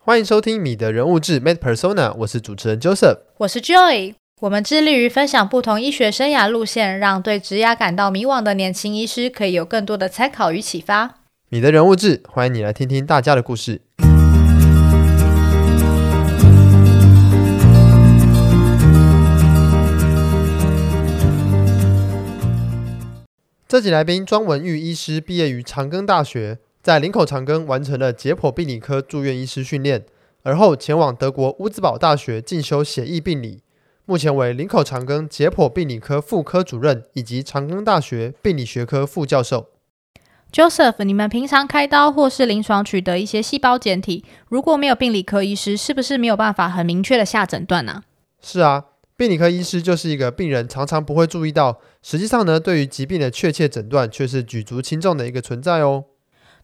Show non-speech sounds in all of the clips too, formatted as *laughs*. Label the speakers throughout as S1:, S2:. S1: 欢迎收听《米的人物志 Made Persona》，我是主持人 Joseph。
S2: 我是 Joy，我们致力于分享不同医学生涯路线，让对职涯感到迷惘的年轻医师可以有更多的参考与启发。
S1: 米的人物志，欢迎你来听听大家的故事。这集来宾庄文玉医师毕业于长庚大学，在林口长庚完成了解剖病理科住院医师训练，而后前往德国乌兹堡大学进修血液病理，目前为林口长庚解剖病理科副科主任以及长庚大学病理学科副教授。
S2: Joseph，你们平常开刀或是临床取得一些细胞检体，如果没有病理科医师，是不是没有办法很明确的下诊断呢、
S1: 是啊，病理科医师就是一个病人常常不会注意到，实际上呢，对于疾病的确切诊断却是举足轻重的一个存在哦。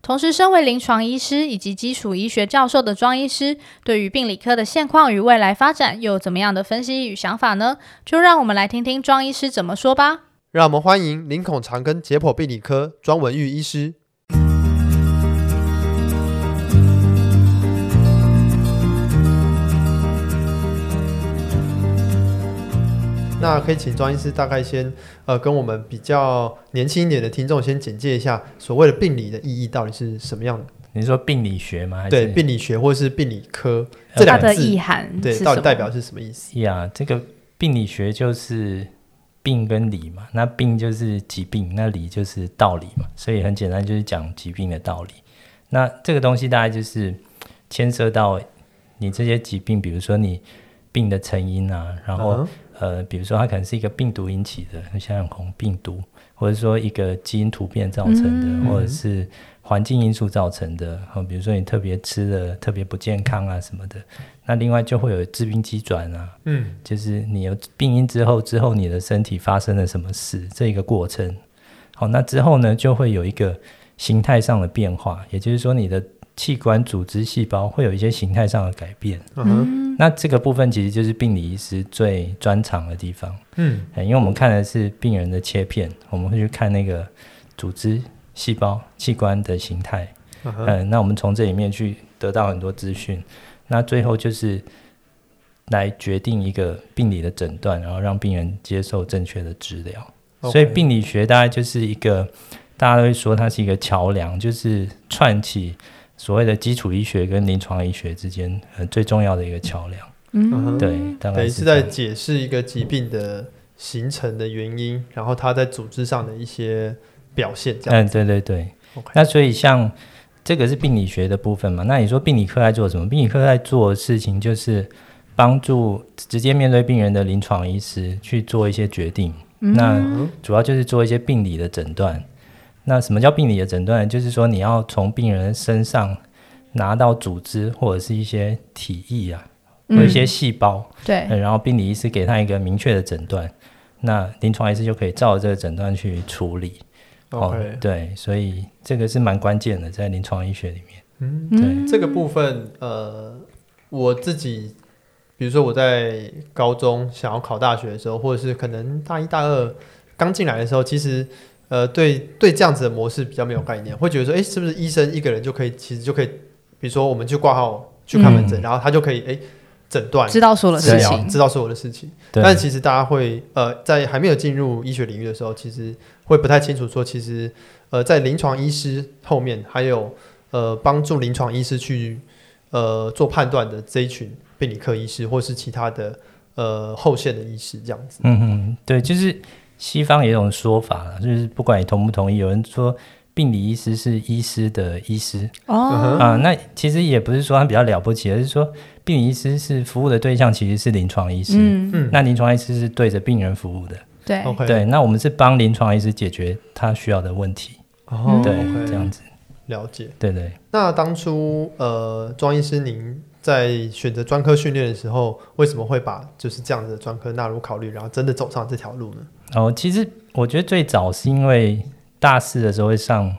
S2: 同时，身为临床医师以及基础医学教授的庄医师，对于病理科的现况与未来发展又有怎么样的分析与想法呢？就让我们来听听庄医师怎么说吧。
S1: 让我们欢迎林口长庚解剖病理科庄文玉医师。那可以请庄医师大概先呃跟我们比较年轻一点的听众先简介一下所谓的病理的意义到底是什么样的？
S3: 你是说病理学吗？还是
S1: 对，病理学或是病理科这
S3: 呃
S2: 它
S1: 两个
S2: 的
S1: 字
S2: 意，涵是
S1: 对，
S2: 什
S1: 到
S2: 么
S1: 底？代表是什么意思？
S3: 呀这个病理学就是病跟理嘛，那病就是疾病，那理就是道理嘛，所以很简单，就是讲疾病的道理。那这个东西大概就是牵涉到你这些疾病，比如说你病的成因啊，然后、
S1: 嗯
S3: 呃，比如说它可能是一个病毒引起的，像很红病毒，或者说一个基因突变造成的，
S2: 嗯
S3: 或者是环境因素造成的，哦，比如说你特别吃的特别不健康啊什么的。那另外就会有致病机转啊，
S1: 嗯，
S3: 就是你有病因之后，之后你的身体发生了什么事，这一个过程。好，那之后呢，就会有一个形态上的变化，也就是说你的器官、组织、细胞会有一些形态上的改变。
S1: 嗯哼，
S2: 嗯
S3: 那这个部分其实就是病理医师最专长的地方，
S1: 嗯
S3: 哎因为我们看的是病人的切片，我们会去看那个组织、细胞、器官的形态，
S1: 嗯哼
S3: 嗯、那我们从这里面去得到很多资讯，那最后就是来决定一个病理的诊断，然后让病人接受正确的治疗。
S1: OK
S3: 所以病理学大概就是一个，大家都会说它是一个桥梁，就是串起所谓的基础医学跟临床医学之间呃最重要的一个桥梁。
S1: 哼
S2: 嗯，
S3: 对，大
S1: 等
S3: 概
S1: 于
S3: 是
S1: 是
S3: 这
S1: 在
S3: 样
S1: 解释一个疾病的形成的原因，然后它在组织上的一些表现，这样。
S3: 嗯，对对对。
S1: OK
S3: 那所以像这个是病理学的部分嘛？那你说病理科在做什么？病理科在做的事情就是帮助直接面对病人的临床医师去做一些决定。那
S1: 嗯
S3: 主要就是做一些病理的诊断。那什么叫病理的诊断？就是说你要从病人身上拿到组织或者是一些体液啊，或一些细胞，
S2: 嗯对，
S3: 嗯，然后病理医师给他一个明确的诊断，那临床医师就可以照着这个诊断去处理。哎哦
S1: ，OK，
S3: 对，所以这个是蛮关键的，在临床医学里面。
S1: 嗯，
S3: 对，
S1: 这个部分呃，我自己，比如说我在高中想要考大学的时候，或者是可能大一大二刚进来的时候，其实。呃，对对，这样子的模式比较没有概念，会觉得说，哎，是不是医生一个人就可以，其实就可以，比如说我们去挂号去看门诊，
S3: 嗯
S1: 然后他就可以，哎，诊断
S2: 知道所有的事
S3: 对啊
S2: 情，
S1: 知道所有的事情。
S3: 对，
S1: 但其实大家会呃，在还没有进入医学领域的时候，其实会不太清楚说，其实呃，在临床医师后面还有呃，帮助临床医师去呃做判断的这一群病理科医师，或是其他的呃后线的医师这样子。
S3: 嗯嗯，对，就是西方有一种说法啦，就是不管你同不同意，有人说病理医师是医师的医师
S1: 嗯
S2: 哦，
S3: 啊、那其实也不是说他比较了不起，而是说病理医师是服务的对象其实是临床医师，
S2: 嗯，
S1: 嗯，
S3: 那临床医师是对着病人服务的。
S2: 对，
S1: OK，
S3: 对，那我们是帮临床医师解决他需要的问题，
S1: 哦，
S3: 嗯对
S1: OK，
S3: 这样子，
S1: 了解。
S3: 对对。
S1: 那当初呃，庄医师您在选择专科训练的时候，为什么会把就是这样子的专科纳入考虑，然后真的走上这条路呢？
S3: 哦，其实我觉得最早是因为大四的时候会上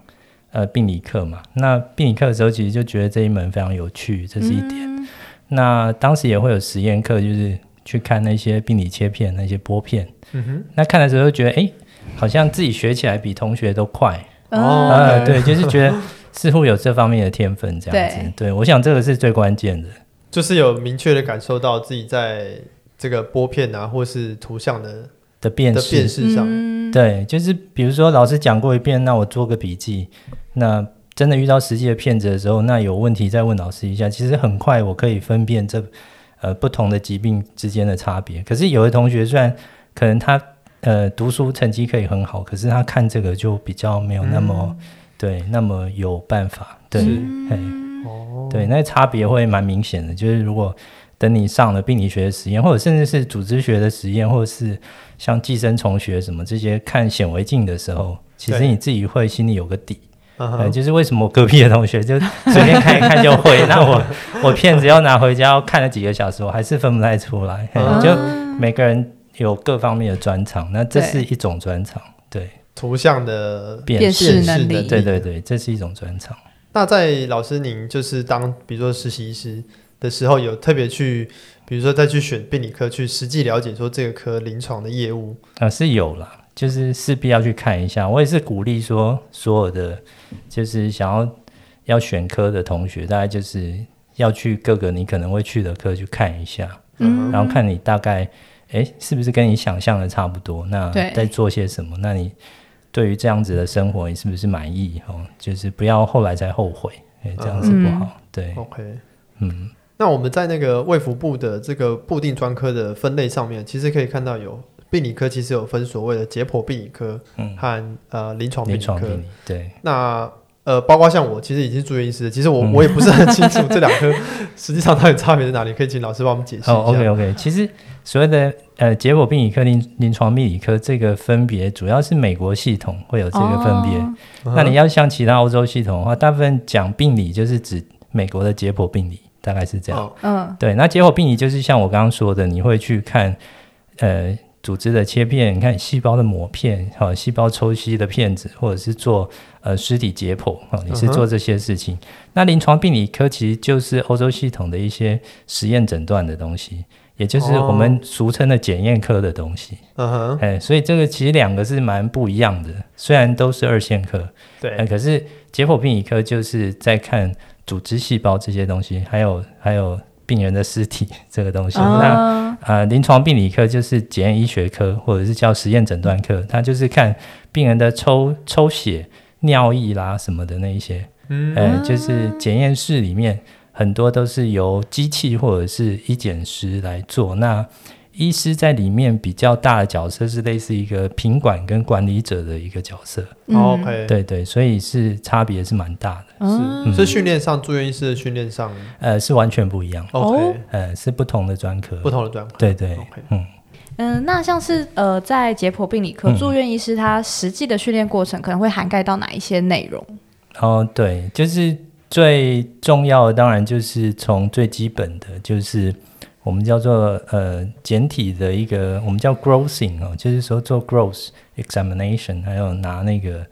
S3: 呃病理课嘛，那病理课的时候其实就觉得这一门非常有趣，这是一点。
S1: 嗯
S3: 那当时也会有实验课，就是去看那些病理切片、那些玻片，
S1: 嗯哼。
S3: 那看的时候就觉得哎，好像自己学起来比同学都快，
S2: 嗯
S1: 哦 *laughs*
S3: 呃，对，就是觉得似乎有这方面的天分，这样子。对，我想这个是最关键的。
S1: 就是有明确的感受到自己在这个拨片啊，或是图像的
S3: 的辨
S1: 的
S3: 识，
S1: 辨识上，
S2: 嗯，
S3: 对，就是比如说老师讲过一遍，那我做个笔记。那真的遇到实际的骗子的时候，那有问题再问老师一下。其实很快我可以分辨这呃不同的疾病之间的差别。可是有的同学虽然可能他呃读书成绩可以很好，可是他看这个就比较没有那么、对那么有办法。对，
S1: 是
S3: 嘿
S1: 哦，
S3: 对，那差别会蛮明显的。就是如果等你上了病理学的实验，或者甚至是组织学的实验，或者是像寄生虫学什么这些看显微镜的时候，其实
S1: 对
S3: 你自己会心里有个底。
S1: 嗯
S3: 呃，
S1: 哼，
S3: 就是为什么我隔壁的同学就随便看一看就
S1: *laughs*
S3: 会，那我我片子要拿回家要看了几个小时，我还是分不太出来。嘿
S1: 啊
S3: 哎就每个人有各方面的专长，那这
S2: 对
S3: 是一种专长。对，
S1: 图像的
S3: 辨
S2: 辨
S3: 识，
S2: 识能力
S3: 对对对，这是一种专长。
S1: 那在老师您就是当比如说实习医师的时候，有特别去，比如说再去选病理科，去实际了解说这个科临床的业务，
S3: 啊，是有啦，就是势必要去看一下。我也是鼓励说，所有的就是想要要选科的同学，大概就是要去各个你可能会去的科去看一下，
S2: 嗯
S3: 然后看你大概诶是不是跟你想象的差不多，那
S2: 对
S3: 在做些什么？那你对于这样子的生活，你是不是满意？哦，就是不要后来才后悔，诶，这样子
S2: 嗯
S3: 不好。对，
S1: OK，
S3: 嗯，
S1: 那我们在那个卫福部的这个固定专科的分类上面，其实可以看到有病理科，其实有分所谓的解剖病理科
S3: 嗯
S1: 和、呃临床病
S3: 临
S1: 理
S3: 床
S1: 科。
S3: 病理，对，
S1: 那呃，包括像我，其实已经住院医师了，其实我、
S3: 嗯
S1: 我也不是很清楚这两科 *laughs* 实际上到底差别在哪里，可以请老师帮我们解释一下。
S3: 哦，OK OK，其实所谓的呃结果病理科、临临床病理科这个分别，主要是美国系统会有这个分别。
S2: 哦
S1: 嗯哼
S3: 那你要像其他欧洲系统的话，大部分讲病理就是指美国的解剖病理，大概是这样。
S1: 哦
S2: 嗯
S3: 对，那解剖病理就是像我刚刚说的，你会去看呃组织的切片，你看细胞的膜片，哈、细胞抽吸的片子，或者是做呃尸体解剖，哈、你是
S1: 嗯哼
S3: 做这些事情。那临床病理科其实就是欧洲系统的一些实验诊断的东西，也就是我们俗称的检验科的东西。
S1: 嗯哼，
S3: 哎、所以这个其实两个是蛮不一样的，虽然都是二线科，呃，
S1: 对，
S3: 可是解剖病理科就是在看组织细胞这些东西，还有还有病人的尸体 *laughs* 这个东西。那
S2: 啊
S3: 呃，临床病理科就是检验医学科，或者是叫实验诊断科，它就是看病人的抽抽血、尿液啦什么的那一些。
S1: 嗯
S3: 呃，就是检验室里面很多都是由机器或者是医检师来做。那医师在里面比较大的角色是类似一个品管跟管理者的一个角色。
S2: 嗯
S1: ，OK，
S3: 对对，所以是差别是蛮大的，
S2: 嗯
S1: 是，所以训练上住院医师的训练上
S3: 呃，是完全不一样，
S2: 哦
S1: ，OK，
S3: 呃，是不同的专科，
S1: 不同的专科。
S3: 对对
S1: OK
S3: 嗯，
S2: 嗯，那像是呃，在解剖病理科
S3: 嗯
S2: 住院医师他实际的训练过程可能会涵盖到哪一些内容？
S3: 哦，对，就是最重要的，当然就是从最基本的，就是我们叫做呃简体的一个，我们叫 grossing 哦，就是说做 gross examination，还有拿那个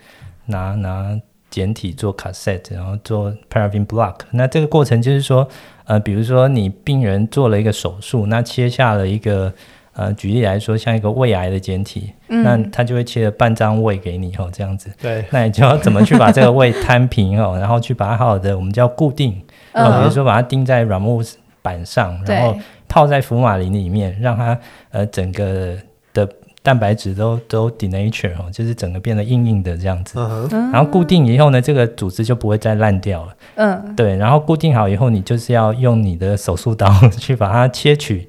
S3: 拿拿简体做 cassette，然后做 paraffin block。那这个过程就是说，呃，比如说你病人做了一个手术，那切下了一个。呃，举例来说，像一个胃癌的简体，那
S2: 嗯，
S3: 他就会切了半张胃给你哦，这样子。
S1: 对，
S3: 那你就要怎么去把这个胃摊平哦，然后去把它好好的我们叫固定，
S1: 嗯
S3: 哦，比
S2: 嗯
S3: 如说把它钉在软木板上，然后
S2: 对，
S3: 泡在福马林里面，让它呃整个的蛋白质都都 denature 哦，就是整个变得硬硬的这样子。
S1: 嗯哼，
S2: 嗯
S3: 然后固定以后呢，这个组织就不会再烂掉了。
S2: 嗯
S3: 对，然后固定好以后，你就是要用你的手术刀 *laughs* 去把它切取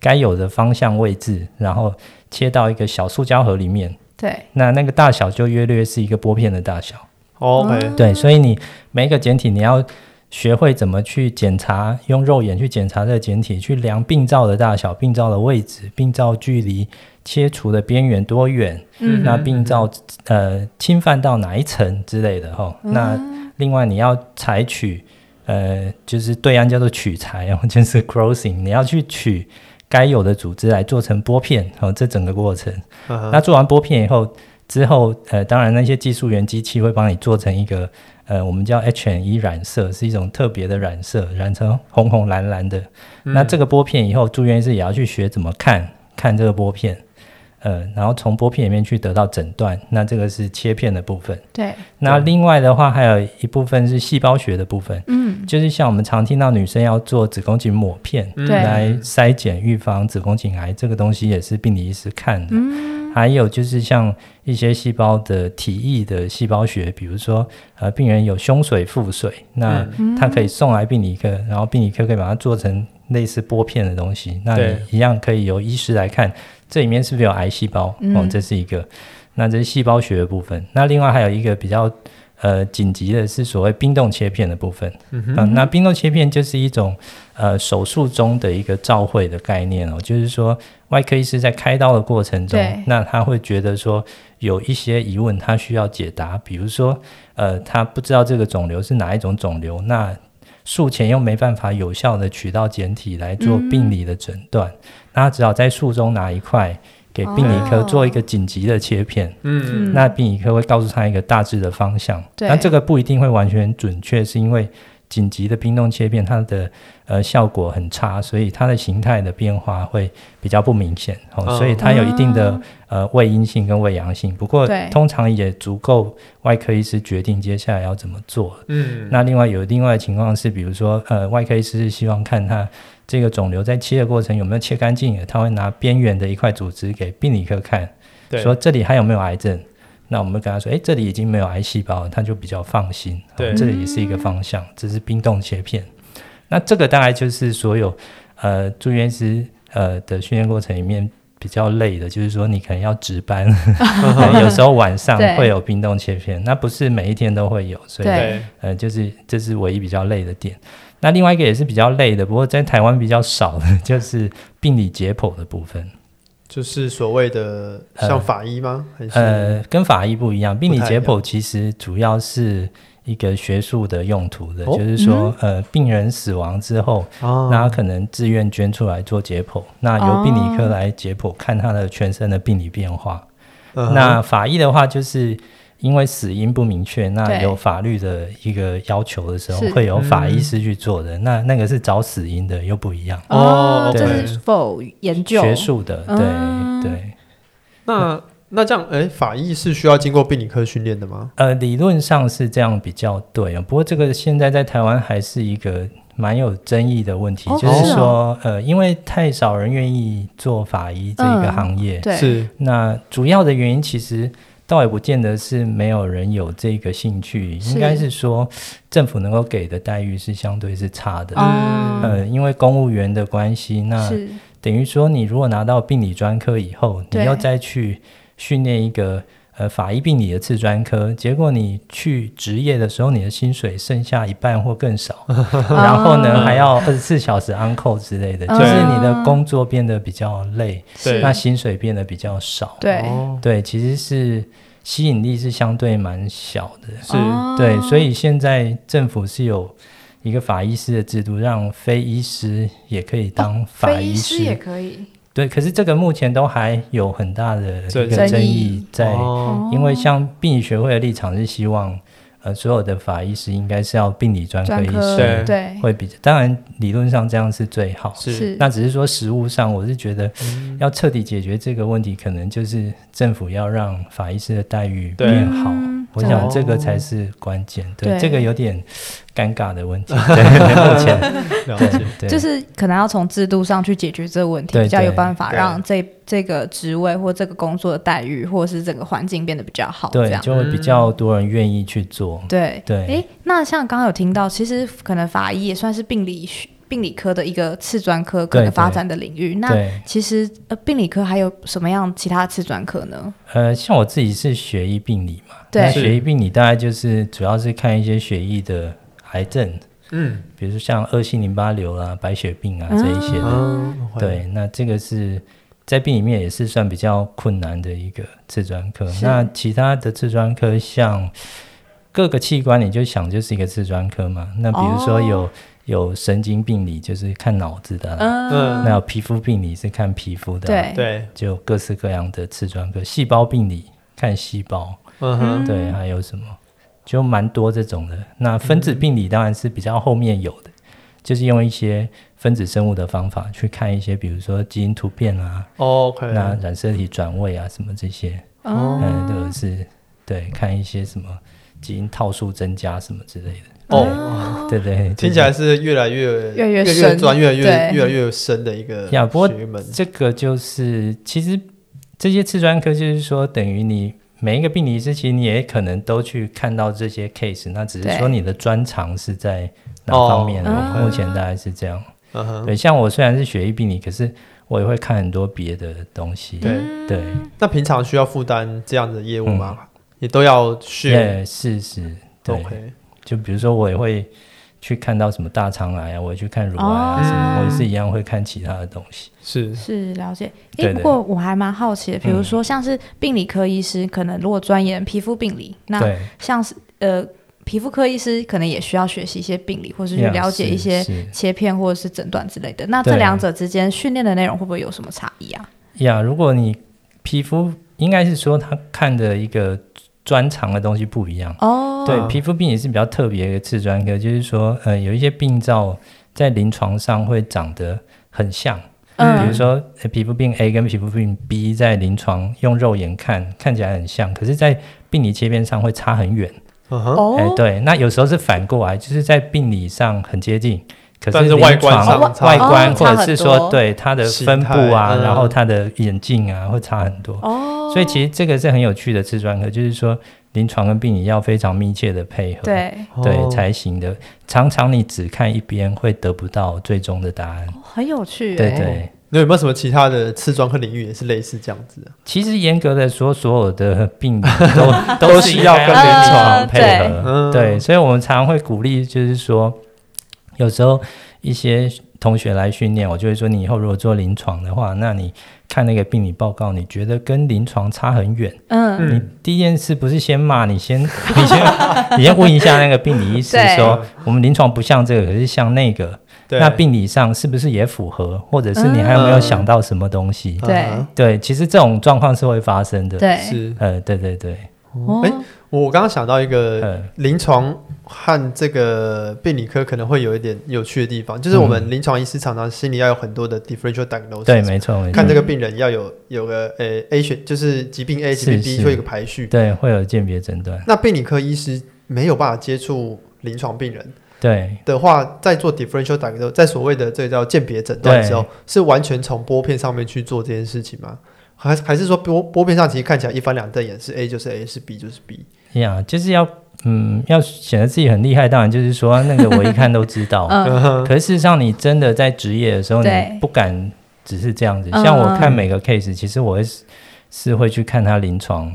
S3: 该有的方向位置，然后切到一个小塑胶盒里面。
S2: 对，
S3: 那那个大小就约略是一个玻片的大小。
S1: ，OK，
S3: 对，所以你每一个简体你要学会怎么去检查，用肉眼去检查这个简体，去量病灶的大小、病灶的位置、病灶距离、切除的边缘多远，
S2: 嗯
S3: 那病灶呃侵犯到哪一层之类的哈、那另外你要采取呃，就是对岸叫做取材哦， *laughs* 就是 crossing，你要去取该有的组织来做成玻片哦，这整个过程。
S1: 嗯哼，
S3: 那做完玻片以后，之后呃，当然那些技术员机器会帮你做成一个呃，我们叫 H&E 染色，是一种特别的染色，染成红红蓝
S1: 嗯
S3: 蓝的。那这个玻片以后，住院医师也要去学怎么看看这个玻片，呃，然后从玻片里面去得到诊断，那这个是切片的部分。
S2: 对，
S3: 那另外的话，还有一部分是细胞学的部分，
S2: 嗯，
S3: 就是像我们常听到女生要做子宫颈抹片
S1: 嗯
S2: 对
S3: 来筛检预防子宫颈癌，这个东西也是病理医师看的。
S2: 嗯
S3: 还有就是像一些细胞的体液的细胞学，比如说呃，病人有胸水、腹水，那
S2: 嗯
S3: 他可以送来病理科，然后病理科可以把它做成类似玻片的东西，那
S1: 对
S3: 你一样可以由医师来看这里面是不是有癌细胞，哦
S2: 嗯，
S3: 这是一个。那这是细胞学的部分。那另外还有一个比较呃紧急的是所谓冰冻切片的部分。
S1: 嗯
S3: 嗯、那冰冻切片就是一种呃手术中的一个照会的概念哦，就是说外科医师在开刀的过程中
S2: 对，
S3: 那他会觉得说有一些疑问他需要解答，比如说呃他不知道这个肿瘤是哪一种肿瘤，那术前又没办法有效的取到检体来做病理的诊断，那他只好在术中拿一块给病理科
S2: 哦
S3: 做一个紧急的切片。
S1: 嗯，
S2: 嗯
S3: 那病理科会告诉他一个大致的方向，
S2: 对
S3: 但这个不一定会完全准确，是因为紧急的冰冻切片它的呃效果很差，所以它的形态的变化会比较不明显，哦，
S1: 哦
S3: 所以它有一定的、
S2: 啊
S3: 呃胃阴性跟胃阳性，不过
S2: 对
S3: 通常也足够外科医师决定接下来要怎么做。
S1: 嗯，
S3: 那另外有另外的情况是，比如说呃外科医师是希望看他。这个肿瘤在切的过程有没有切干净了？他会拿边缘的一块组织给病理科看，
S1: 对，
S3: 说这里还有没有癌症？那我们跟他说，哎，这里已经没有癌细胞了，他就比较放心。哦
S1: 对
S3: 这也是一个方向，这是冰冻切片。那这个大概就是所有呃住院师呃的训练过程里面比较累的，就是说你可能要
S1: *laughs*
S3: 值班，可能有时候晚上
S2: 对
S3: 会有冰冻切片，那不是每一天都会有，所以
S2: 对
S1: 对，
S3: 呃，就是这是唯一比较累的点。那另外一个也是比较累的，不过在台湾比较少的就是病理解剖的部分。
S1: 就是所谓的
S3: 呃
S1: 像法医吗？还是
S3: 呃，跟法医不一样，病理
S1: 不太一
S3: 解
S1: 样
S3: 剖其实主要是一个学术的用途的，
S1: 哦
S3: 就是说，呃，病人死亡之后，
S1: 啊
S3: 那他可能自愿捐出来做解剖，那由病理科
S2: 哦
S3: 来解剖，看他的全身的病理变化。
S1: 嗯哼
S3: 那法医的话，就是因为死因不明确，那
S2: 对
S3: 有法律的一个要求的时候
S2: 是，
S3: 会有法医
S1: 嗯
S3: 师去做的。那那个是找死因的，又不一样，
S1: 哦
S2: 这
S3: 对
S2: 是否研究
S3: 学？术的，对、
S2: 嗯
S3: 对。
S1: 那那这样，哎，法医是需要经过病理科训练的吗？
S3: 呃，理论上是这样比较对啊，不过这个现在在台湾还是一个蛮有争议的问题，
S2: 哦
S3: 就是
S1: 哦
S3: 是说，呃，因为太少人愿意做法医这个
S2: 嗯
S3: 行业，
S2: 对，
S1: 是，
S3: 那主要的原因其实倒也不见得是没有人有这个兴趣，
S2: 是
S3: 应该是说政府能够给的待遇是相对是差的，
S2: 哦，
S3: 呃，因为公务员的关系，那
S2: 是
S3: 等于说，你如果拿到病理专科以后，你
S2: 对
S3: 要再去训练一个呃法医病理的次专科，结果你去执业的时候，你的薪水剩下一半或
S2: *laughs*
S3: 更少，然后呢、还要二十四小时 on call 之类的，
S2: 哦嗯
S3: 就是你的工作变得比较累，
S1: 对
S3: 那薪水变得比较少。
S2: 对
S1: 哦
S3: 对，其实是吸引力是相对蛮小的。
S1: 是
S2: 哦
S3: 对，所以现在政府是有一个法医师的制度，让非医师也可以当法
S2: 哦非
S3: 医
S2: 医
S3: 师。
S2: 师也可以，
S3: 对，可是这个目前都还有很大的
S1: 争
S3: 一
S1: 议
S3: 个争议在，
S1: 哦
S2: 哦
S3: 因为像病理学会的立场是希望，呃，所有的法医师应该是要病理专科
S2: 专
S3: 医
S2: 科
S1: 对
S3: 师
S2: 对
S3: 会比较，当然理论上这样是最好。
S1: 是，
S3: 那只是说实务上，我是觉得
S1: 嗯
S3: 要彻底解决这个问题，可能就是政府要让法医师的待遇
S1: 对哦
S3: 变好。
S2: 嗯
S3: 我
S2: 真的
S3: 想这个才是关键。对，
S2: 对
S3: 这个有点尴尬的问
S1: *laughs*
S3: 题。对，目前
S1: 了
S3: 对
S1: 解，
S3: 对，
S2: 就是可能要从制度上去解决这个问题，
S3: 对
S2: 比较有
S3: 对
S2: 办法
S1: 对
S2: 让这这个职位或这个工作的待遇，或者是整个环境变得比较好， *laughs* 这
S3: 对，
S2: 样
S3: 就会比较多人愿意去做。
S2: 对。
S3: 对，
S2: 诶，那像刚刚有听到，其实可能法医也算是病理学病理科的一个次专科可
S3: 对
S2: 能发
S3: 对
S2: 展的领域。那
S3: 对，
S2: 其实呃，病理科还有什么样其他的次专科呢？
S3: 呃，像我自己是学医病理嘛，
S2: 对
S3: 那
S1: 是
S3: 学医病理大概就是主要是看一些血液的癌症，
S1: 嗯
S3: 比如说像恶性淋巴瘤啊、白血病啊这一些的。
S1: 嗯，
S3: 对，那这个是在病里面也是算比较困难的一个次专科。
S2: 是
S3: 那其他的次专科像各个器官，你就想就是一个次专科嘛。那比如说有、
S2: 哦
S3: 有神经病理，就是看脑子的啦
S1: 嗯
S3: 那有皮肤病理是看皮肤的啦、
S2: 对
S1: 对，
S3: 就各式各样的次专科，细胞病理看细胞，
S1: 嗯哼，
S3: 对，还有什么，就蛮多这种的。那分子病理当然是比较后面有的，就是用一些分子生物的方法去看一些，比如说基因突变啊，
S1: 哦 OK，
S3: 那染色体转位啊什么这些，
S1: 哦
S3: 嗯，或者是对看一些什么基因套数增加什么之类的，
S1: 哦，
S3: 对对，就是
S1: 听起来是越来越
S2: 啊越来越
S1: 越
S2: 深
S1: 钻，越来越
S2: 对
S1: 越来越深的一个
S3: 呀不过
S1: 学门。
S3: 这个就是其实这些次专科就是说，等于你每一个病理医师，其实你也可能都去看到这些 case，那只是
S2: 对
S3: 说你的专长是在哪方面。
S2: 哦
S3: 我目前大概是这样。
S1: 嗯哼，
S3: 对，像我虽然是学医病理，可是我也会看很多别的东西。
S1: 对
S2: 嗯
S3: 对，
S1: 那平常需要负担这样的业务吗？也都要去。
S3: 也是是，嗯对。
S1: OK，
S3: 就比如说我也会去看到什么大肠癌啊，我也去看乳癌啊什
S2: 哦
S3: 么，我也是一样会看其他的东西。
S1: 是
S2: 是了解，
S3: 对
S2: 诶，
S3: 对
S2: 不过我还蛮好奇的，比如
S3: 嗯
S2: 说像是病理科医师，可能如果钻研皮肤病理，那
S3: 对，
S2: 像是呃皮肤科医师，可能也需要学习一些病理，或是去
S3: 呀
S2: 了解一
S3: 是
S2: 些
S3: 是
S2: 切片或者是诊断之类的。那这
S3: 对
S2: 两者之间训练的内容会不会有什么差异啊？
S3: 呀如果你皮肤应该是说他看的一个专长的东西不一样。
S2: 哦，
S3: 对，皮肤病也是比较特别的一个次专科，就是说，呃，有一些病灶在临床上会长得很像，比如
S2: 嗯，
S3: 说、呃皮肤病 A 跟皮肤病 B 在临床用肉眼看看起来很像，可是，在病理切片上会差很远。
S1: 嗯哼，
S2: 哦
S3: 哎、，对，那有时候是反过来，就是在病理上很接近，可
S1: 但
S3: 是
S1: 是外观
S3: 临床
S1: 上差
S3: 外
S1: 很
S3: 观、
S2: 多
S3: 或者是
S2: 哦差很多
S3: 说对它的分布啊，
S1: 形态嗯
S3: 然后它的眼镜啊，会差很多。
S2: 哦，
S3: 所以其实这个是很有趣的次专科，就是说临床跟病理要非常密切的配合，
S2: 对，
S3: 对
S1: 哦
S3: 才行的。常常你只看一边，会得不到最终的答案。
S2: 哦很有趣，
S3: 对
S2: 诶
S3: 对，
S1: 那有没有什么其他的次专科领域也是类似这样子的？
S3: 其实严格的说，所有的病理
S1: *laughs*
S3: 都
S1: 都
S3: 都
S1: 需
S3: 是
S1: 要
S3: 应该
S1: 跟
S3: 临
S2: 呃
S3: 床配
S2: 对
S3: 合。
S1: 嗯
S3: 对，所以我们常常会鼓励，就是说，有时候一些同学来训练，我就会说，你以后如果做临床的话，那你看那个病理报告，你觉得跟临床差很远，
S2: 嗯，
S1: 嗯，
S3: 第一件事不是先骂你先， *laughs* 你先，你先问一下那个病理医师
S2: 对
S3: 说，我们临床不像这个，可是像那个，
S1: 对，
S3: 那病理上是不是也符合，或者是你还有没有
S1: 嗯
S3: 想到什么东西？
S1: 嗯
S2: 对
S3: 对，其实这种状况是会发生的。，
S2: 对，
S1: 是。
S3: 呃，对对对，
S2: 哦
S1: 哎我刚刚想到一个
S3: 呃，
S1: 临床和这个病理科可能会有一点有趣的地方，就是我们临床医师常常心里要有很多的 differential diagnosis，
S3: 嗯对，没错没错
S1: 看，这个病人要有有个呃 A 选，就是疾病 A、疾
S3: 是
S1: 病 B
S3: 是
S1: 会有个排序。
S3: 对，会有鉴别诊断。
S1: 那病理科医师没有办法接触临床病人
S3: 对，
S1: 的话，在做 differential diagnosis，在所谓的这个叫鉴别诊断的时候，是完全从拨片上面去做这件事情吗？还还是说拨拨片上其实看起来一翻两瞪眼，是 A 就是 A，是 B 就是 B。
S3: 呀就是要嗯，要显得自己很厉害，当然就是说那个我一看都知
S2: *laughs*
S3: 道。
S2: 嗯，
S3: 可是事实上，你真的在职业的时候，你
S2: 对
S3: 不敢只是这样子。
S2: 嗯
S3: 像我看每个 case，其实我会是是会去看他临床，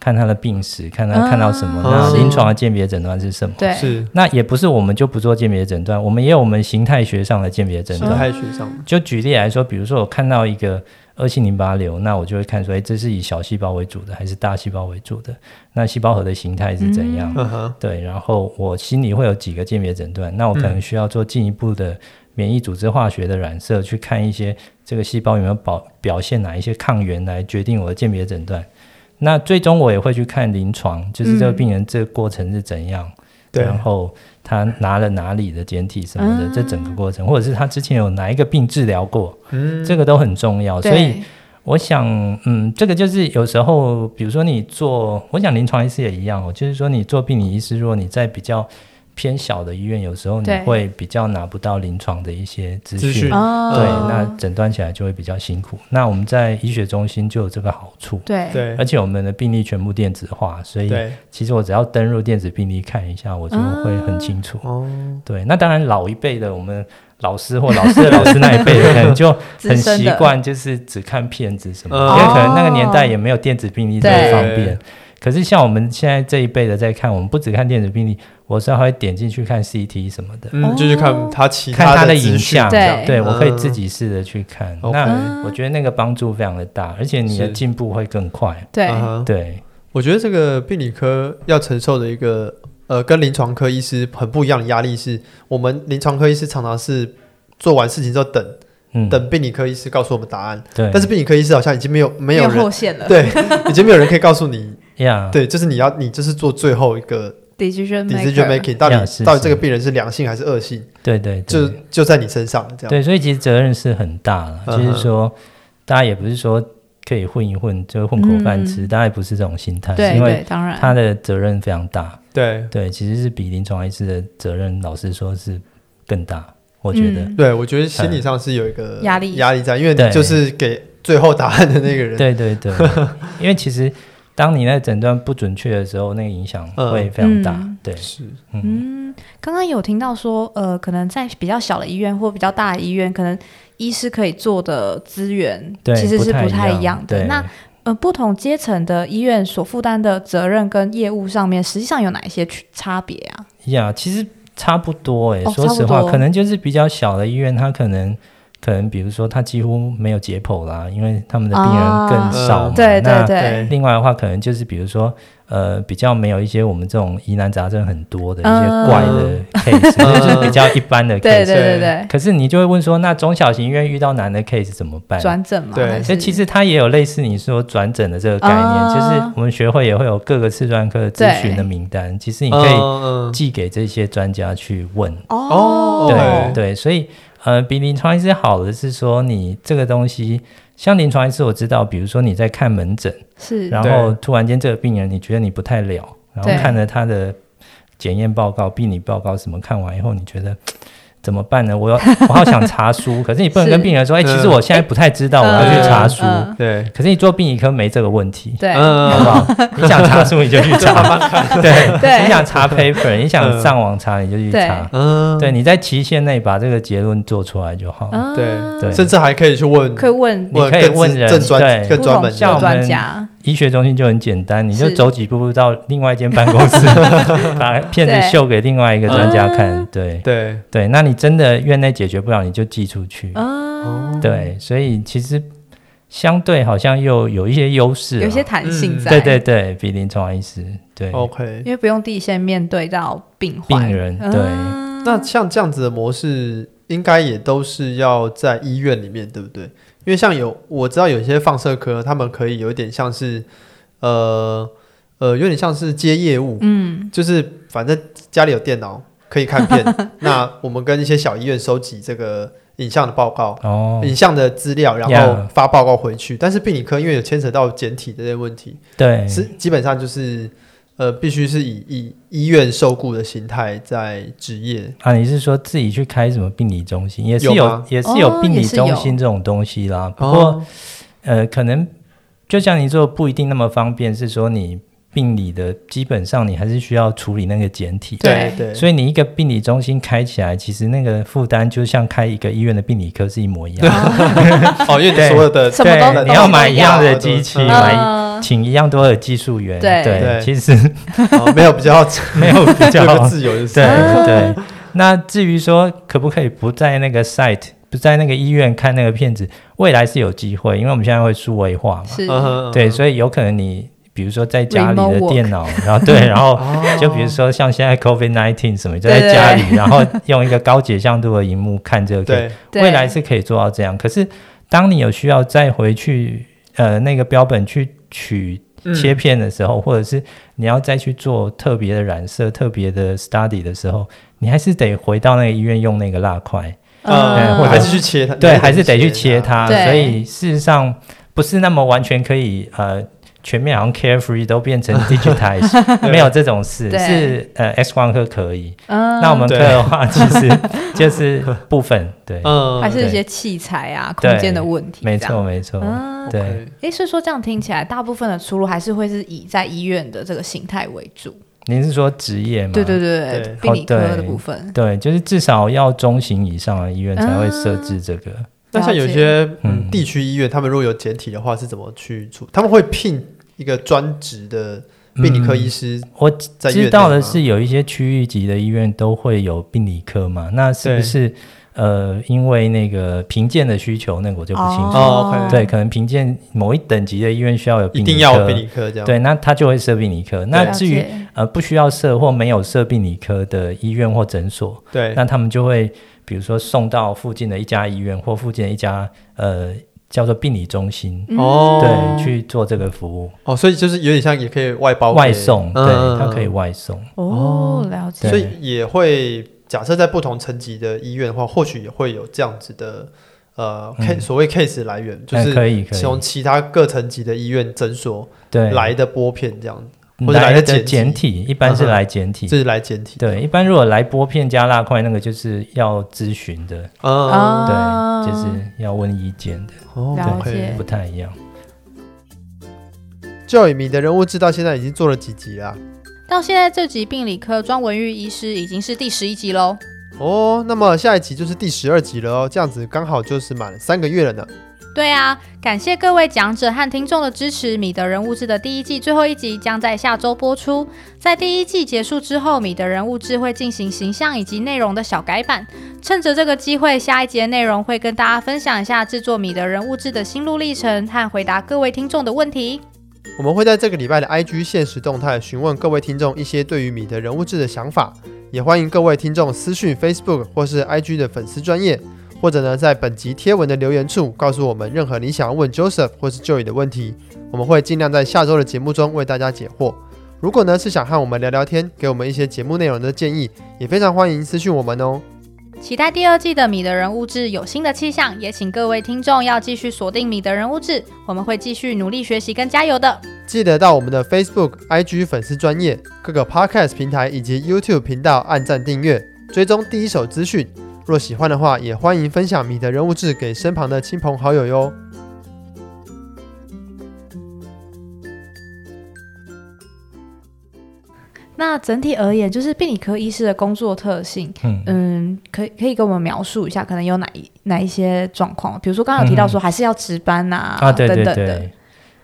S3: 看他的病史，看他
S2: 嗯
S3: 看到什么，
S1: 是
S3: 那临床的鉴别诊断是什么。
S2: 对，
S1: 是
S3: 那也不是我们就不做鉴别诊断，我们也有我们形态学上的鉴别诊
S1: 形
S3: 断。
S1: 态学上
S3: 就举例来说，比如说我看到一个二七淋巴瘤，那我就会看说，哎，这是以小细胞为主的还是大细胞为主的？那细胞核的形态是怎样？
S1: 嗯哼，
S3: 对，然后我心里会有几个鉴别诊断，那我可能需要做进一步的免疫组织化学的染色，去看一些这个细胞有没有表表现哪一些抗原，来决定我的鉴别诊断。那最终我也会去看临床，就是这个
S2: 嗯
S3: 病人这个过程是怎样，
S1: 对
S3: 然后他拿了哪里的检体什么的，
S2: 嗯
S3: 这整个过程，或者是他之前有哪一个病治疗过，
S1: 嗯，
S3: 这个都很重要。哦所以
S2: 对
S3: 我想，嗯，这个就是有时候，比如说你做，我想临床医师也一样哦，就是说你做病理医师，如果你在比较偏小的医院，有时候你
S2: 对
S3: 会比较拿不到临床的一些资
S1: 资
S3: 讯
S1: 讯，
S2: 哦，
S3: 对，那诊断起来就会比较辛苦。那我们在医学中心就有这个好处，
S2: 对
S1: 对
S3: 而且我们的病历全部电子化，所以
S1: 对
S3: 其实我只要登入电子病历看一下，我就会很清楚。
S1: 哦，
S3: 对，那当然老一辈的我们。老师或老师的老师那一辈的，可能就
S2: *laughs* 资
S3: 很
S2: 深
S3: 习
S2: 的哦
S3: 惯，就是只看片子什么的，
S1: 嗯
S3: 因为可能那个年代也没有电子病历这么
S2: 对
S3: 方便。可是像我们现在这一辈的在看，我们不只看电子病历，我是还会点进去看 CT 什么的，
S1: 嗯，就是看他其
S3: 看他
S1: 的
S3: 影
S1: 资讯
S3: 像，
S2: 这样
S3: 对我可以
S1: 嗯
S3: 自己试着去看。
S1: OK
S3: 那
S2: 嗯
S3: 我觉得那个帮助非常的大，而且你的
S1: 是
S3: 进步会更快。
S2: 对
S1: 嗯哼
S3: 对，
S1: 我觉得这个病理科要承受的一个呃，跟临床科医师很不一样的压力是，我们临床科医师常常是做完事情之后等
S3: 嗯，
S1: 等病理科医师告诉我们答案，
S3: 对，
S1: 但是病理科医师好像已经没有没有
S2: 后
S1: *laughs* 人
S2: 线了，
S1: 对，已经没有人可以告诉你，
S3: 呀，
S1: 对，就是你要你就是做最后一个
S2: decision
S1: decision
S2: maker。
S1: making 到底
S3: 呀是
S1: 到底这
S3: 是
S1: 个病人是良性还是恶性，
S3: 对对，
S1: 就
S3: 对
S1: 就在你身上了这样。
S3: 对，所以其实责任是很大了，
S1: 嗯哼
S3: 就是说，大家也不是说可以混一混就混口饭吃，
S2: 嗯
S3: 大家也不是这种心态，
S2: 对
S3: 因为
S2: 对，当然。
S3: 他的责任非常大，
S1: 对
S3: 对，其实是比临床医师的责任，老实说是更大，我觉得。
S2: 嗯
S1: 对，我觉得心理上是有一个
S2: 压力
S1: 压力在，因为
S3: 对
S1: 你就是给最后答案的那个人。
S3: 对
S1: *laughs*
S3: 对对，因为其实当你那个诊断不准确的时候，那个影响
S1: 嗯
S3: 会非常大。
S2: 嗯
S3: 对，
S1: 是，
S3: 嗯，
S2: 嗯，刚刚有听到说，呃，可能在比较小的医院或比较大的医院，可能医师可以做的资源
S3: 对，
S2: 其实是
S3: 不
S2: 不太
S3: 一
S2: 一样的。
S3: 对
S2: 那呃，不同阶层的医院所负担的责任跟业务上面，实际上有哪一些区差别啊？
S3: 呀，其实差不多诶、
S2: 哦
S3: 说实
S2: 差不
S3: 话，
S2: 多
S3: 可能就是比较小的医院，它可能可能比如说它几乎没有解剖啦，因为他们的病人
S2: 啊
S3: 更少嘛。
S2: 对对
S3: 那
S2: 对，
S3: 另外的话，可能就是比如说，呃，比较没有一些我们这种疑难杂症很多的一
S2: 嗯
S3: 些
S2: *laughs*
S3: 怪的 case，、
S1: 嗯
S3: 就是比较一般的 case。
S2: 对对对
S1: 对
S2: 对，
S3: 可是你就会问说，那中小型医院遇到难的 case 怎么办？
S2: 转诊嘛，
S1: 对
S2: 还
S3: 所以
S2: 是
S3: 其实它也有类似你说转诊的这个概念，
S2: 啊
S3: 就是我们学会也会有各个次专科咨询的名单，其实你可以
S1: 嗯嗯
S3: 寄给这些专家去问。
S2: 哦，
S3: 对对，所以呃，比临床医师好的是说，你这个东西，像临床医师我知道，比如说你在看门诊，
S2: 是
S3: 然后突然间这个病人你觉得你不太了，然后
S2: 对
S3: 看了他的检验报告、病理报告什么，看完以后你觉得。嘖嗯怎么办呢？我要我好想查书， *laughs* 可是你不能
S2: 是
S3: 跟病人说，哎、其实
S1: 嗯
S3: 我现在不太知道，我要去查书。
S2: 嗯嗯
S1: 对，
S3: 可是你做病理科没这个问题，
S2: 对
S1: 嗯
S3: 好不好？
S1: *laughs*
S3: 你想查书你就去查，对，
S2: 对
S3: 你想查 paper，你想
S1: 嗯
S3: 上网查你就去查，
S1: 嗯，
S3: 对，你在期限内把这个结论做出来就好。
S2: 嗯
S1: 对
S3: 对
S1: 甚至还可以去问
S2: 可以问
S3: 你可以
S1: 更
S3: 问
S1: 资
S3: 人
S1: 更专
S3: 对
S1: 更
S2: 不
S1: 专门
S2: 同的
S1: 的
S3: 像我们
S2: 专家，
S3: 医学中心就很简单，你就是走几步路到另外一间办公
S2: *laughs*
S3: 室，把片
S2: 对
S3: 子秀给另外一个专家看
S2: 嗯。
S3: 对
S1: 对，
S3: 对，那你真的院内解决不了，你就寄出去。
S2: 嗯，
S3: 对，所以其实相对好像又有一些优势啊，
S2: 有一些弹性
S1: 嗯
S2: 在，
S3: 对对对，比临床医师对
S1: OK。
S2: 因为不用第一线面对到病患
S3: 病人对。
S2: 嗯
S1: 那像这样子的模式，应该也都是要在医院里面，对不对？因为像有我知道有一些放射科，他们可以有点像是，呃呃，有点像是接业务，
S2: 嗯，
S1: 就是反正家里有电脑可以看片，那我们跟一些小医院收集这个影像的报告。
S3: 哦，
S1: 影像的资料，然后
S3: Yeah
S1: 发报告回去。但是病理科因为有牵扯到简体这些问题，
S3: 对，
S1: 是基本上就是呃，必须是以以医院受雇的形态在执业。
S3: 啊，你是说自己去开什么病理中心，也是
S1: 有
S3: 有，
S1: 吗
S3: 也是
S2: 哦
S3: 有病
S2: 也
S3: 理
S2: 是
S3: 中
S2: 有
S3: 心这种东西啦。不过、
S1: 哦
S3: 呃，可能就像你说的不一定那么方便，是说你病理的基本上你还是需要处理那个简体，
S1: 对
S2: 对
S1: 对，
S3: 所以你一个病理中心开起来，其实那个负担就像开一个医院的病理科是一模一样。
S1: *laughs* 哦，因为你所有
S3: *laughs*
S1: 的
S2: 什么都
S3: 对，你要买一样
S1: 都
S3: 的
S1: 一样
S3: 机器，
S1: 嗯
S3: 买
S2: 呃
S3: 请一样多的技术员，
S2: 对
S1: 对
S3: 其实
S1: 哦没有比
S3: *laughs*
S1: 较
S3: 没有比
S1: 没有
S3: 较
S1: 比较自由就是
S3: *laughs* 对
S2: 啊
S3: 对。那至于说可不可以不在那个 site，不在那个医院看那个片子，未来是有机会，因为我们现在会数位化嘛。
S2: 是
S1: 嗯哼
S3: 对，
S1: 嗯
S3: 所以有可能你比如说在家里
S2: Remote
S3: 的
S2: work
S3: 电脑，然后对，然后
S2: *laughs*
S1: 哦
S3: 就比如说像现在 COVID nineteen 什么，就在
S2: 对对
S3: 家里，然后用一个高解像度的荧幕看这个片，
S1: 对
S2: 对
S3: 未来是可以做到这样。可是当你有需要再回去呃那个标本去取
S1: 嗯
S3: 切片的时候，或者是你要再去做特别的染色、特别的 study 的时候，你还是得回到那个医院用那个蜡块，
S1: 嗯，
S3: 呃
S1: 我
S3: 或者
S1: 还是去切它，嗯
S3: 对，
S1: 你
S3: 还是得去切它。
S2: 对
S3: 所以事实上不是那么完全可以呃。全面好像 carefree 都变 *laughs* 成 digitized，没有这种事，
S2: 对
S3: 是呃 X 光科可以，
S2: 嗯
S3: 那我们科
S1: 对
S3: 的话其实就是部分， *laughs* 对，
S1: 嗯，
S2: 还是一
S3: 对
S2: 些器材啊、空间的问题，
S3: 没
S2: 这样
S3: 错。没错，
S2: 嗯，
S3: 对，
S2: 诶，所以说这样听起来，大部分的出路还是会是以在医院的这个形态为主。
S3: 您是说职业吗？
S2: 对对
S1: 对
S2: 对
S1: 对
S2: 病理科
S3: 嗯哦
S2: 的
S3: 对
S2: 部分，
S3: 对，就是至少要中型以上的医院才
S2: 嗯
S3: 会设置这个。
S1: 那像有些嗯
S3: 嗯
S1: 地区医院，他们如果有简体的话，是怎么去处？他们会聘一个专职的病理科医师
S3: 嗯我
S1: 在医院
S3: 知道的
S1: 内吗
S3: 是，有一些区域级的医院都会有病理科嘛，那是
S1: 对
S3: 不是呃，因为那个评鉴的需求，那个我就不清楚。
S1: 哦，OK
S3: 对，可能评鉴某一等级的医院需要有
S1: 一
S3: 病理科，
S1: 定要有病理科这样。
S3: 对，那他就会设病理科。那
S2: 了
S3: 至于
S2: 解
S3: 呃不需要设或没有设病理科的医院或诊所，
S1: 对
S2: 嗯
S3: 那他们就会比如说送到附近的一家医院或附近的一家呃叫做病理中心，
S2: 嗯
S1: 哦
S3: 对，去做这个服务，
S1: 哦，所以就是有点像也可以外包
S3: 外
S1: 给
S3: 送，
S1: 嗯
S3: 对，它
S1: 嗯
S3: 可以
S1: 嗯
S3: 外送，
S2: 哦，了解，
S1: 所以也会假设在不同层级的医院的话，或许也会有这样子的呃
S3: 嗯
S1: case、所谓 case 来源，就
S3: 哎
S1: 是
S3: 可以可以，
S1: 从其他各层级的医院诊所
S3: 对，
S1: 来的拨片这样子，或者来
S3: 来
S1: 的
S3: 的
S1: 简体
S3: 简体，一般
S1: 嗯
S3: 是
S1: 哼
S3: 来简体，
S1: 这是来简体。
S3: 对，一般如果来拨片加辣块，那个就是要咨询的，
S1: 嗯，
S2: 啊，
S3: 对，就是要问意见的，
S1: 哦
S2: 了
S1: ，OK
S2: 解。
S3: 不太一样。
S1: Joy 米的人物志到现在已经做了啊几集啦？
S2: 到现在这集病理科庄文玉医师已经是第十一集喽。
S1: 哦，那么下一集就是第十二集了哦，这样子刚好就是满三个月了呢。
S2: 对啊，感谢各位讲者和听众的支持。《米的人物志》的第一季最后一集将在下周播出。在第一季结束之后，《米的人物志》会进行形象以及内容的小改版。趁着这个机会，下一节内容会跟大家分享一下制作《米的人物志》的心路历程和回答各位听众的问题。
S1: 我们会在这个礼拜的 IG 限时动态询问各位听众一些对于米的人物志的想法，也欢迎各位听众私讯 Facebook 或是 IG 的粉丝专业，或者呢在本集贴文的留言处告诉我们任何你想要问 Joseph 或是 Joey 的问题，我们会尽量在下周的节目中为大家解惑。如果呢是想和我们聊聊天，给我们一些节目内容的建议，也非常欢迎私讯我们哦。
S2: 期待第二季的《米的人物志》有新的气象，也请各位听众要继续锁定《米的人物志》，我们会继续努力学习跟加油的。
S1: 记得到我们的 Facebook、IG 粉丝专业、各个 Podcast 平台以及 YouTube 频道按赞订阅，追踪第一手资讯。若喜欢的话，也欢迎分享你的人物志给身旁的亲朋好友哟。
S2: 那整体而言，就是病理科医师的工作特性，
S3: 嗯，
S2: 嗯，可以可以给我们描述一下，可能有哪一哪一些状况？比如说刚刚有提到说还是要值班呐、
S3: 啊，对对
S2: 等等的，
S3: 对，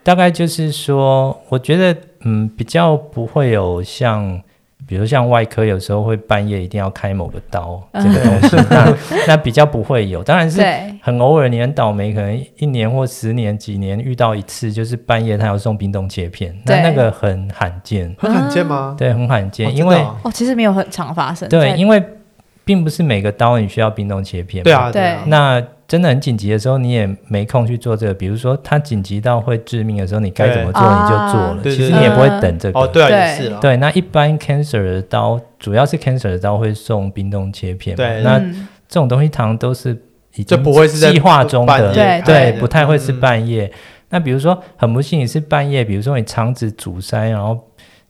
S3: 大概就是说，我觉得嗯，比较不会有像。比如像外科有时候会半夜一定要开某个刀这个东
S2: *laughs*
S3: 西，那那比较不会有，当然是
S2: 嗯对，
S3: 很偶尔，你很倒霉，可能一年或十年、几年遇到一次，就是半夜他要送冰冻切片，那
S2: 对
S3: 那个很罕见，
S1: 很罕见吗？
S3: 对，很罕见，
S1: 哦
S3: 因
S1: 真
S3: 为、
S1: 的啊
S2: 哦，其实没有很常发生，
S3: 对，
S2: 在
S3: 因为并不是每个刀你需要冰冻切片，
S1: 对啊，
S2: 对
S1: 啊
S3: 那真的很紧急的时候，你也没空去做这个。比如说，它紧急到会致命的时候，你该怎么做
S2: 对
S3: 你就做了
S2: 啊，
S1: 对
S3: 其实
S1: 对
S3: 你也
S2: 对
S3: 不会
S2: 嗯
S3: 等这个。
S1: 哦，对啊，
S2: 对
S1: 也是啦。
S3: 对那一般 cancer 的刀，主要是 cancer 的刀会送冰冻切片嘛，
S1: 对
S3: 那
S2: 嗯
S3: 这种东西常常都是已
S1: 就
S3: 经
S1: 不会是在
S3: 计划中
S1: 半夜
S3: 的，
S2: 对
S1: 开
S3: 对，
S1: 的
S3: 不太会是
S1: 嗯
S3: 半夜。那比如说，很不幸你是半夜，比如说你肠子阻塞，然后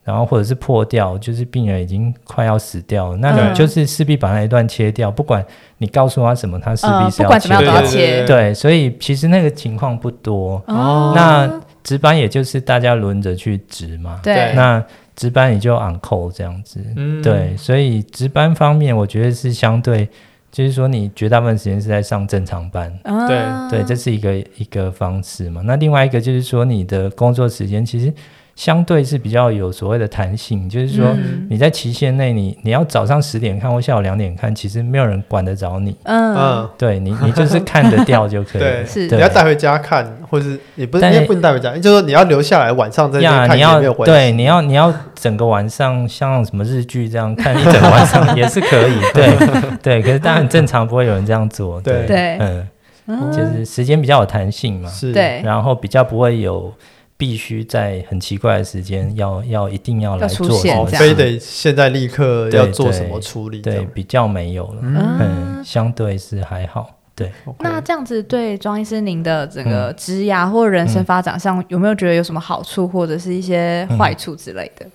S3: 然后或者是破掉，就是病人已经快要死掉了，那
S2: 嗯
S3: 你就是势必把那一段切掉，不管你告诉他什么，他势
S2: 呃
S3: 必是
S2: 不
S3: 要
S2: 管怎
S3: 切
S2: 么样
S3: 掉。
S2: 都
S1: 对
S2: 要切，
S3: 对，所以其实那个情况不多，
S1: 哦
S3: 那值班也就是大家轮着去值嘛。
S1: 对
S2: 对
S3: 那值班你就 on call 这样子，
S1: 嗯
S3: 对，所以值班方面，我觉得是相对，就是说你绝大部分时间是在上正常班，
S2: 啊
S3: 对，这是一个一个方式嘛。那另外一个就是说，你的工作时间其实相对是比较有所谓的弹性，就是说
S2: 嗯
S3: 你在期限内你，你要早上十点看或下午两点看，其实没有人管得着你，
S2: 嗯
S1: 嗯，
S3: 对你，你就是看得掉就可以
S1: 对 *laughs*
S3: 了。
S2: 是
S1: 你
S3: 对
S1: 要带回家看，或是也不是，
S3: 但
S1: 因为不能带回家，就是说你要留下来晚上在那边
S3: 呀，
S1: 看
S3: 你
S1: 有
S3: 要
S1: 没有关系。
S3: 对，你要你要整个晚上像什么日剧这样看一整个晚
S1: *laughs*
S3: 上也是可以，对对。可是当然很正常不会有人这样做，
S1: 对
S2: 对
S3: 嗯，
S2: 嗯
S3: 就是时间比较有弹性嘛，
S1: 是，
S2: 对，
S3: 然后比较不会有必须在很奇怪的时间要要一定要来
S2: 要出
S3: 做什
S2: 现
S1: 哦，
S3: 么
S2: 这
S3: 事，
S2: 样
S1: 非得现在立刻
S3: 对
S1: 要做
S3: 对
S1: 什么处理？这
S3: 对
S1: 样，
S3: 比较没有了，
S1: 嗯
S3: 嗯，
S2: 嗯。
S3: 相对是还好，对。
S1: ，OK，
S2: 那
S3: 嗯
S2: 这样子对庄医师您的整个职涯或人
S3: 嗯
S2: 生发展上，有没有觉得有什么好处或者是一些坏处之类的？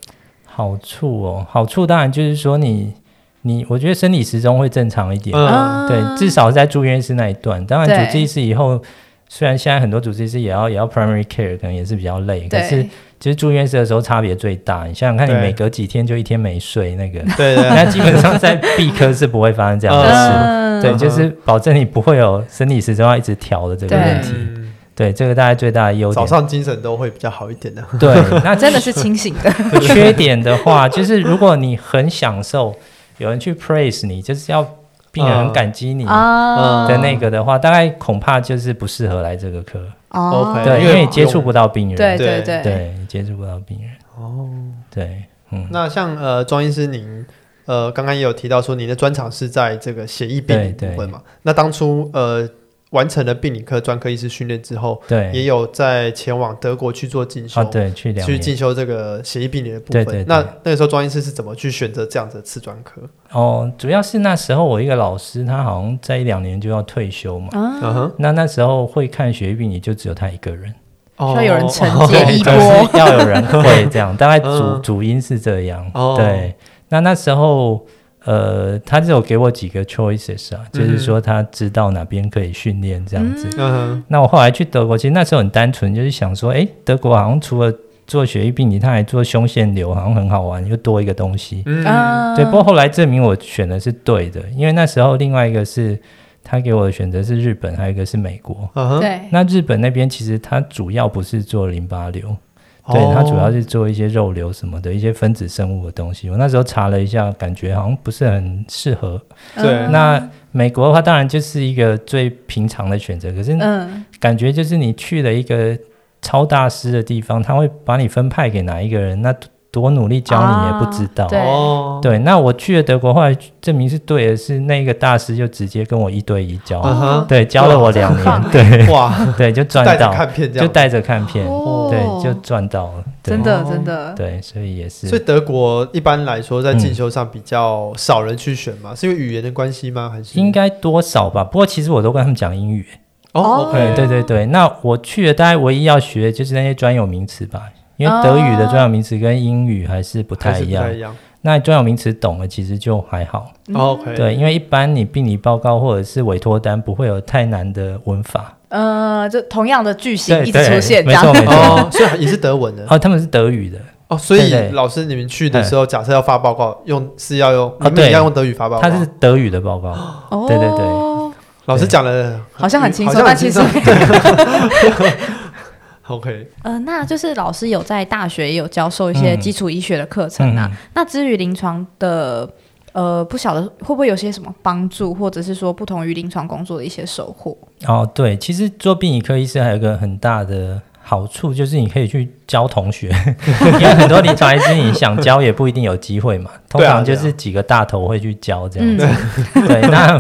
S3: 好处哦，好处当然就是说你你，我觉得生理时钟会正常一点，
S1: 嗯，
S2: 啊
S3: 对，至少在住院医师那一段。当然，
S2: 对
S3: 主治医师以后虽然现在很多主治医师也要也要 primary care，可能也是比较累，可是
S2: 对，
S3: 其实住院医师的时候差别最大。你想想看，你
S1: 对
S3: 每隔几天就一天没睡，
S2: *laughs*
S3: 那个
S1: 对对，
S3: 那基本上在 B 科是不会发生这样的事。
S2: 嗯
S3: 对，就是保证你不会有生理时钟要一直调的这个
S2: 对
S3: 问题。
S1: 嗯
S3: 对，这个大概最大的优
S1: 早
S3: 点。
S1: 上精神都会比较好一点的。 *laughs*
S3: 对，
S2: *laughs*
S3: 那
S2: 真的是清醒的，
S3: 缺点的话，就是如果你很享受有人去 praise 你，就是要病人很感激你
S2: 啊
S3: 的那个
S1: 嗯
S3: 的话，大概恐怕就是不适合来这个科，
S2: 哦
S1: OK
S3: 对，
S1: 因
S3: 因
S1: 为
S3: 为你接触不到病人，
S2: 对
S1: 对
S2: 对对
S3: 对，你接触不到病人，
S1: 哦，
S3: 对，嗯，
S1: 那像呃，庄医师您呃，刚刚也有提到说您的专长是在这个血液病
S3: 对
S1: 理
S3: 对
S1: 部分嘛？那当初呃，完成了病理科专科医师训练之后，
S3: 对，
S1: 也有在前往德国去做进修，
S3: 啊，对，去两
S1: 去
S3: 年。
S1: 进修这个协议病理的部分。
S3: 对对对
S1: 那那个时候庄医师是怎么去选择这样子的次专科？
S3: 哦，主要是那时候我一个老师，他好像在一两年就要退休嘛。
S2: 啊，
S1: 嗯哼，
S3: 那那时候会看血液病，也就只有他一个人，
S1: 哦
S2: 需要有人承
S1: *laughs*
S2: 接
S1: 对
S2: 一
S3: *laughs* 就
S2: 波
S3: 是要有人会这
S1: *laughs*
S3: 样。大概主
S1: 嗯
S3: 主因是这样，
S1: 哦
S3: 对。那那时候，呃，他就有给我几个 choices 啊，就是说他知道哪边可以训练这样子。
S1: 嗯
S3: 那我后来去德国，其实那时候很单纯，就是想说，诶，德国好像除了做血液病理，他还做胸腺瘤，好像很好玩，又多一个东西。
S1: 哼，嗯，
S2: 啊
S3: 对，不过后来证明我选的是对的，因为那时候另外一个是他给我的选择是日本，还有一个是美国。
S1: 嗯哼，
S2: 对，
S3: 那日本那边其实它主要不是做淋巴瘤，
S1: 哦
S3: 对，它主要是做一些肉瘤什么的一些分子生物的东西。我那时候查了一下，感觉好像不是很适合。
S1: 对
S2: 嗯
S3: 那美国的话，当然就是一个最平常的选择，可是
S2: 嗯，
S3: 感觉就是你去了一个超大师的地方，他会把你分派给哪一个人，那多努力教你也不知道。
S2: 啊对
S1: 哦，
S3: 对，那我去了德国，后来证明是对的，是那个大师就直接跟我一对一教，
S1: 嗯哼
S3: 对，教了我两
S2: 哇
S3: 年，对 *laughs*
S1: 哇，
S3: 对，就赚
S1: 带着
S3: 到，
S1: 看片这
S3: 就
S1: 样，
S3: 带着看片，
S2: 哦
S3: 对，就赚到了，对
S2: 真的
S1: 哦
S2: 真的，
S3: 对，所以也
S1: 所以
S3: 是，
S1: 德国一般来说在进修上比较少人去选嘛，是因为语言的关系吗？还是
S3: 应该多少吧？不过其实我都跟他们讲英语，
S1: 哦
S2: 哦
S3: 对
S1: ，OK，
S3: 哎对对对。那我去了，大概唯一要学的就是那些专有名词吧，因为
S2: 哦
S3: 德语的专有名词跟英语还是不
S1: 还
S3: 太
S1: 是
S3: 一
S1: 不
S3: 样
S1: 太。一样。嗯哦
S3: 那专有名词懂了，其实就还好。
S1: OK，
S3: 对，因为一般你病理报告或者是委托单不会有太难的文法。
S2: 呃，就同样的句型
S3: 对
S2: 一直
S3: 对
S2: 出现，这
S3: 没
S2: 样
S3: 错没错。
S1: 哦，所以也是德文的
S3: 哦，他们是德语的，
S1: 哦，所以
S3: 对对
S1: 老师你们去的时候，假设要发报告，用是要用你
S3: 哦
S1: 们也
S3: 对
S1: 要用德语发报告
S3: 他。是德语的报告，
S2: 哦
S3: *laughs* 对对对
S1: 老师讲的
S2: 好像很轻松
S1: 好，像很
S2: 但其
S1: 轻
S2: 实
S1: 松
S3: *laughs*
S1: *laughs* OK，
S2: 呃，那就是老师有在大学也有教授一些
S3: 嗯
S2: 基础医学的课程啊。那至于临床的，呃，不晓得会不会有些什么帮助，或者是说不同于临床工作的一些收获？
S3: 哦，对，其实做病理科医师还有一个很大的好处，就是你可以去教同学， *laughs* 因为很多临床医师你想教也不一定有机会嘛，通
S1: 对啊
S3: 常就
S1: 对啊
S3: 是几个大头会去教这样
S2: 嗯
S3: 子。对，那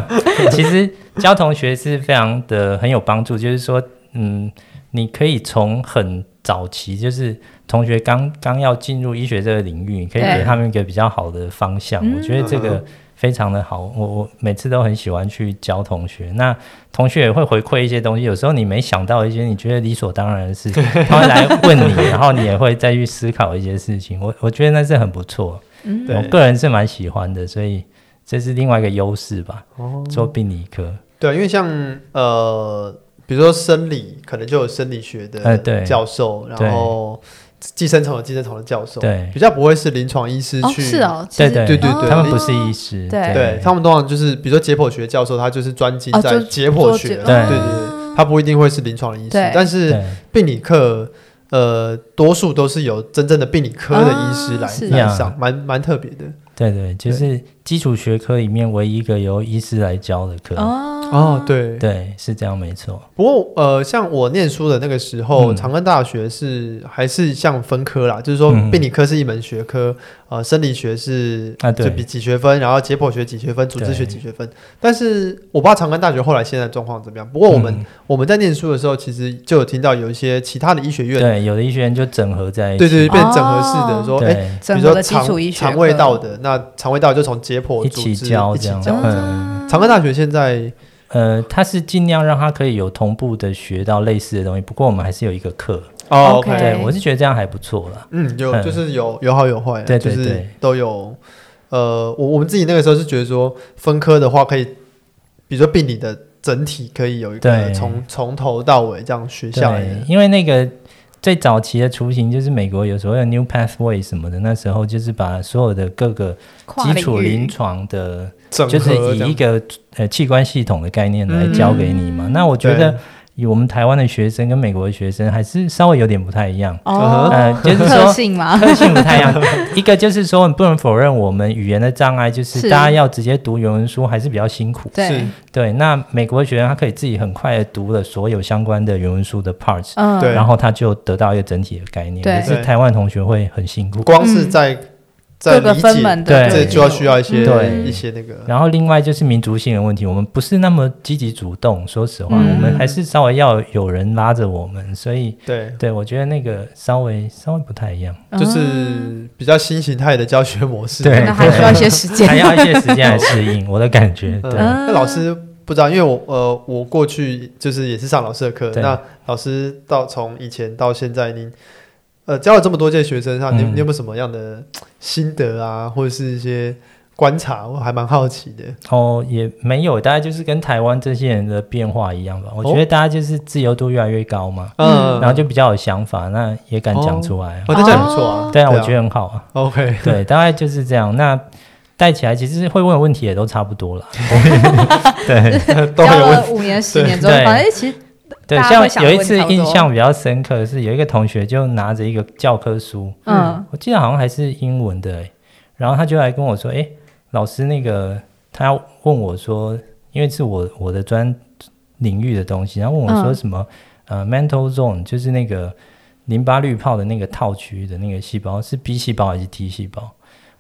S3: 其实教同学是非常的很有帮助，就是说，嗯，你可以从很早期，就是同学刚刚要进入医学这个领域，你可以
S2: 对
S3: 给他们一个比较好的方向。我觉得这
S1: 嗯
S3: 个
S1: 嗯
S3: 非常的好，我我每次都很喜欢去教同学。那同学也会回馈一些东西，有时候你没想到一些你觉得理所当然的事情，他会来问你， *laughs* 然后你也会再去思考一些事情。我我觉得那是很不错。
S1: 嗯对
S3: 我个人是蛮喜欢的，所以这是另外一个优势吧。
S1: 哦
S3: 做病理科，
S1: 对，因为像呃，比如说生理，可能就有生理学
S3: 哎
S1: 的
S3: 对
S1: 教授，
S3: 对
S1: 然后寄生虫有寄生虫的教授，
S3: 对
S1: 比较不会是临床医师
S2: 哦，
S1: 去。
S2: 是哦，其
S3: 对
S2: 实
S3: 对
S1: 对对对
S3: 他们不是医师，
S2: 对
S1: 对他们通常就是，比如说解剖学教授，他就是专精
S2: 哦
S1: 在
S2: 就
S1: 解剖
S2: 做
S1: 学，
S2: 解
S1: 对
S2: 剖
S1: 对对，他不一定会是临床医师
S2: 对，
S1: 但是
S3: 对
S1: 病理课，呃，多数都是由真正的病理科的医师
S2: 啊是
S1: 来来
S3: 呀
S1: 上，蛮蛮特别的。
S3: 对对，就是基础学科里面唯一一个由医师来教的课，
S2: 哦
S1: 哦，对。
S3: 对，是这样没错。
S1: 不过呃，像我念书的那个时候，
S3: 嗯
S1: 长庚大学是还是像分科啦，就是说
S3: 嗯
S1: 病理科是一门学科，呃，生理学是
S3: 啊对
S1: 就比几学分，然后解剖学几学分，组织学
S3: 对
S1: 几学分。但是我不知道长庚大学后来现在状况怎么样。不过我们、
S3: 嗯
S1: 我们在念书的时候，其实就有听到有一些其他的医学院，
S3: 对有的医学院就整合在一
S1: 对
S3: 起，
S1: 对对，变成整合式的
S2: 哦
S1: 说，哎、
S3: 对
S1: 比
S2: 整
S1: 如
S2: 个
S1: 说
S2: 的基础医
S1: 肠
S2: 学嗯
S1: 肠胃道
S2: 课
S1: 的，那肠胃道就从解剖
S3: 一
S1: 组
S3: 起
S1: 织
S3: 教
S1: 一起
S3: 这样，
S1: 教。
S3: 嗯，
S1: 长庚大学现在
S3: 呃，他是尽量让他可以有同步的学到类似的东西，不过我们还是有一个课，
S1: 哦
S2: OK
S3: 对我是觉得这样还不错啦。
S1: 嗯，有
S3: 嗯
S1: 就是有有好有坏啊，
S3: 对
S1: 就
S3: 对
S1: 是
S3: 对
S1: 都有。呃，我我们自己那个时候是觉得说，分科的话可以，比如说病理的整体可以有一个
S3: 对
S1: 从从头到尾这样学下来
S3: 对
S1: 的，
S3: 因为那个最早期的雏形就是美国有所谓的 New Pathway 什么的，那时候就是把所有的各个
S2: 跨
S3: 基
S2: 领
S3: 础
S2: 域
S3: 临床的，
S1: 整
S3: 就
S1: 合
S3: 是
S1: 这
S3: 以一
S1: 样。
S3: 个呃器官系统的概念来教给你嘛。
S2: 嗯
S3: 那我觉得
S1: 对
S3: 以我们台湾的学生跟美国的学生还是稍微有点不太一样，
S2: 哦，
S1: 嗯
S3: 呃就是说
S2: 特性
S3: *laughs*
S2: 嘛，
S3: 特性不太一样。一个就是说，你不能否认我们语言的障碍，就是
S2: 是
S3: 大家要直接读原文书还是比较辛苦。
S2: 对，
S3: 对，那美国的学生他可以自己很快的读了所有相关的原文书的 parts，
S2: 嗯，
S1: 对
S3: 然后他就得到一个整体的概念。
S2: 对
S3: 可是台湾同学会很辛苦，
S1: 光是
S2: 嗯
S1: 在在
S2: 各个
S1: 理
S2: 分
S1: 解
S2: 门嗯
S3: 对
S2: 的，
S1: 这就要需要一些
S3: 对
S1: 一些那个，
S3: 然后另外就是民族性的问题，我们不是那么积极主动。说实话，
S2: 嗯
S3: 我们还是稍微要有人拉着我们，所以
S1: 对，
S3: 对我觉得那个稍微稍微不太一样，
S2: 嗯
S1: 就是比较新形态的教学模式。
S3: 对
S2: 那还需要一些时间
S3: 还。要一些时间来适应。我的感觉，
S1: 嗯
S3: 对，
S1: 那老师不知道，因为我呃，我过去就是也是上老师的课，
S3: 对
S1: 那老师到从以前到现在，您呃教了这么多届学生上，你
S3: 嗯
S1: 你有没有什么样的呃心得啊，或者是一些观察？我还蛮好奇的。
S3: 哦，也没有，大概就是跟台湾这些人的变化一样吧。我
S1: 哦
S3: 觉得大家就是自由度越来越高嘛，
S2: 嗯
S3: 然后就比较有想法，那也敢讲出来啊。
S1: 哦，那这样不错
S2: 嗯
S1: 啊。
S3: 对啊，我觉得很好啊。
S1: OK，
S3: 对，大概就是这样。那带起来其实会问的问题也都差不多啦。
S2: *laughs*
S1: 都
S2: 教
S1: 很有问
S2: 了
S1: 题。
S2: 五年、十年之后，
S3: 对
S2: 反正其实
S3: 对，
S2: 大家会
S3: 像
S2: 想
S3: 有一
S2: 问
S3: 次
S2: 差不
S3: 印
S2: 多
S3: 象比较深刻的是，有一个同学就拿着一个教科书，
S2: 嗯
S3: 我记得好像还是英文的、欸，然后他就来跟我说：“哎、老师，那个他要问我说，因为是我我的专领域的东西，然后问我说
S2: 嗯
S3: 什么、呃 mental zone，就是那个淋巴滤泡的那个套区的那个细胞是 B 细胞还是 T 细胞？”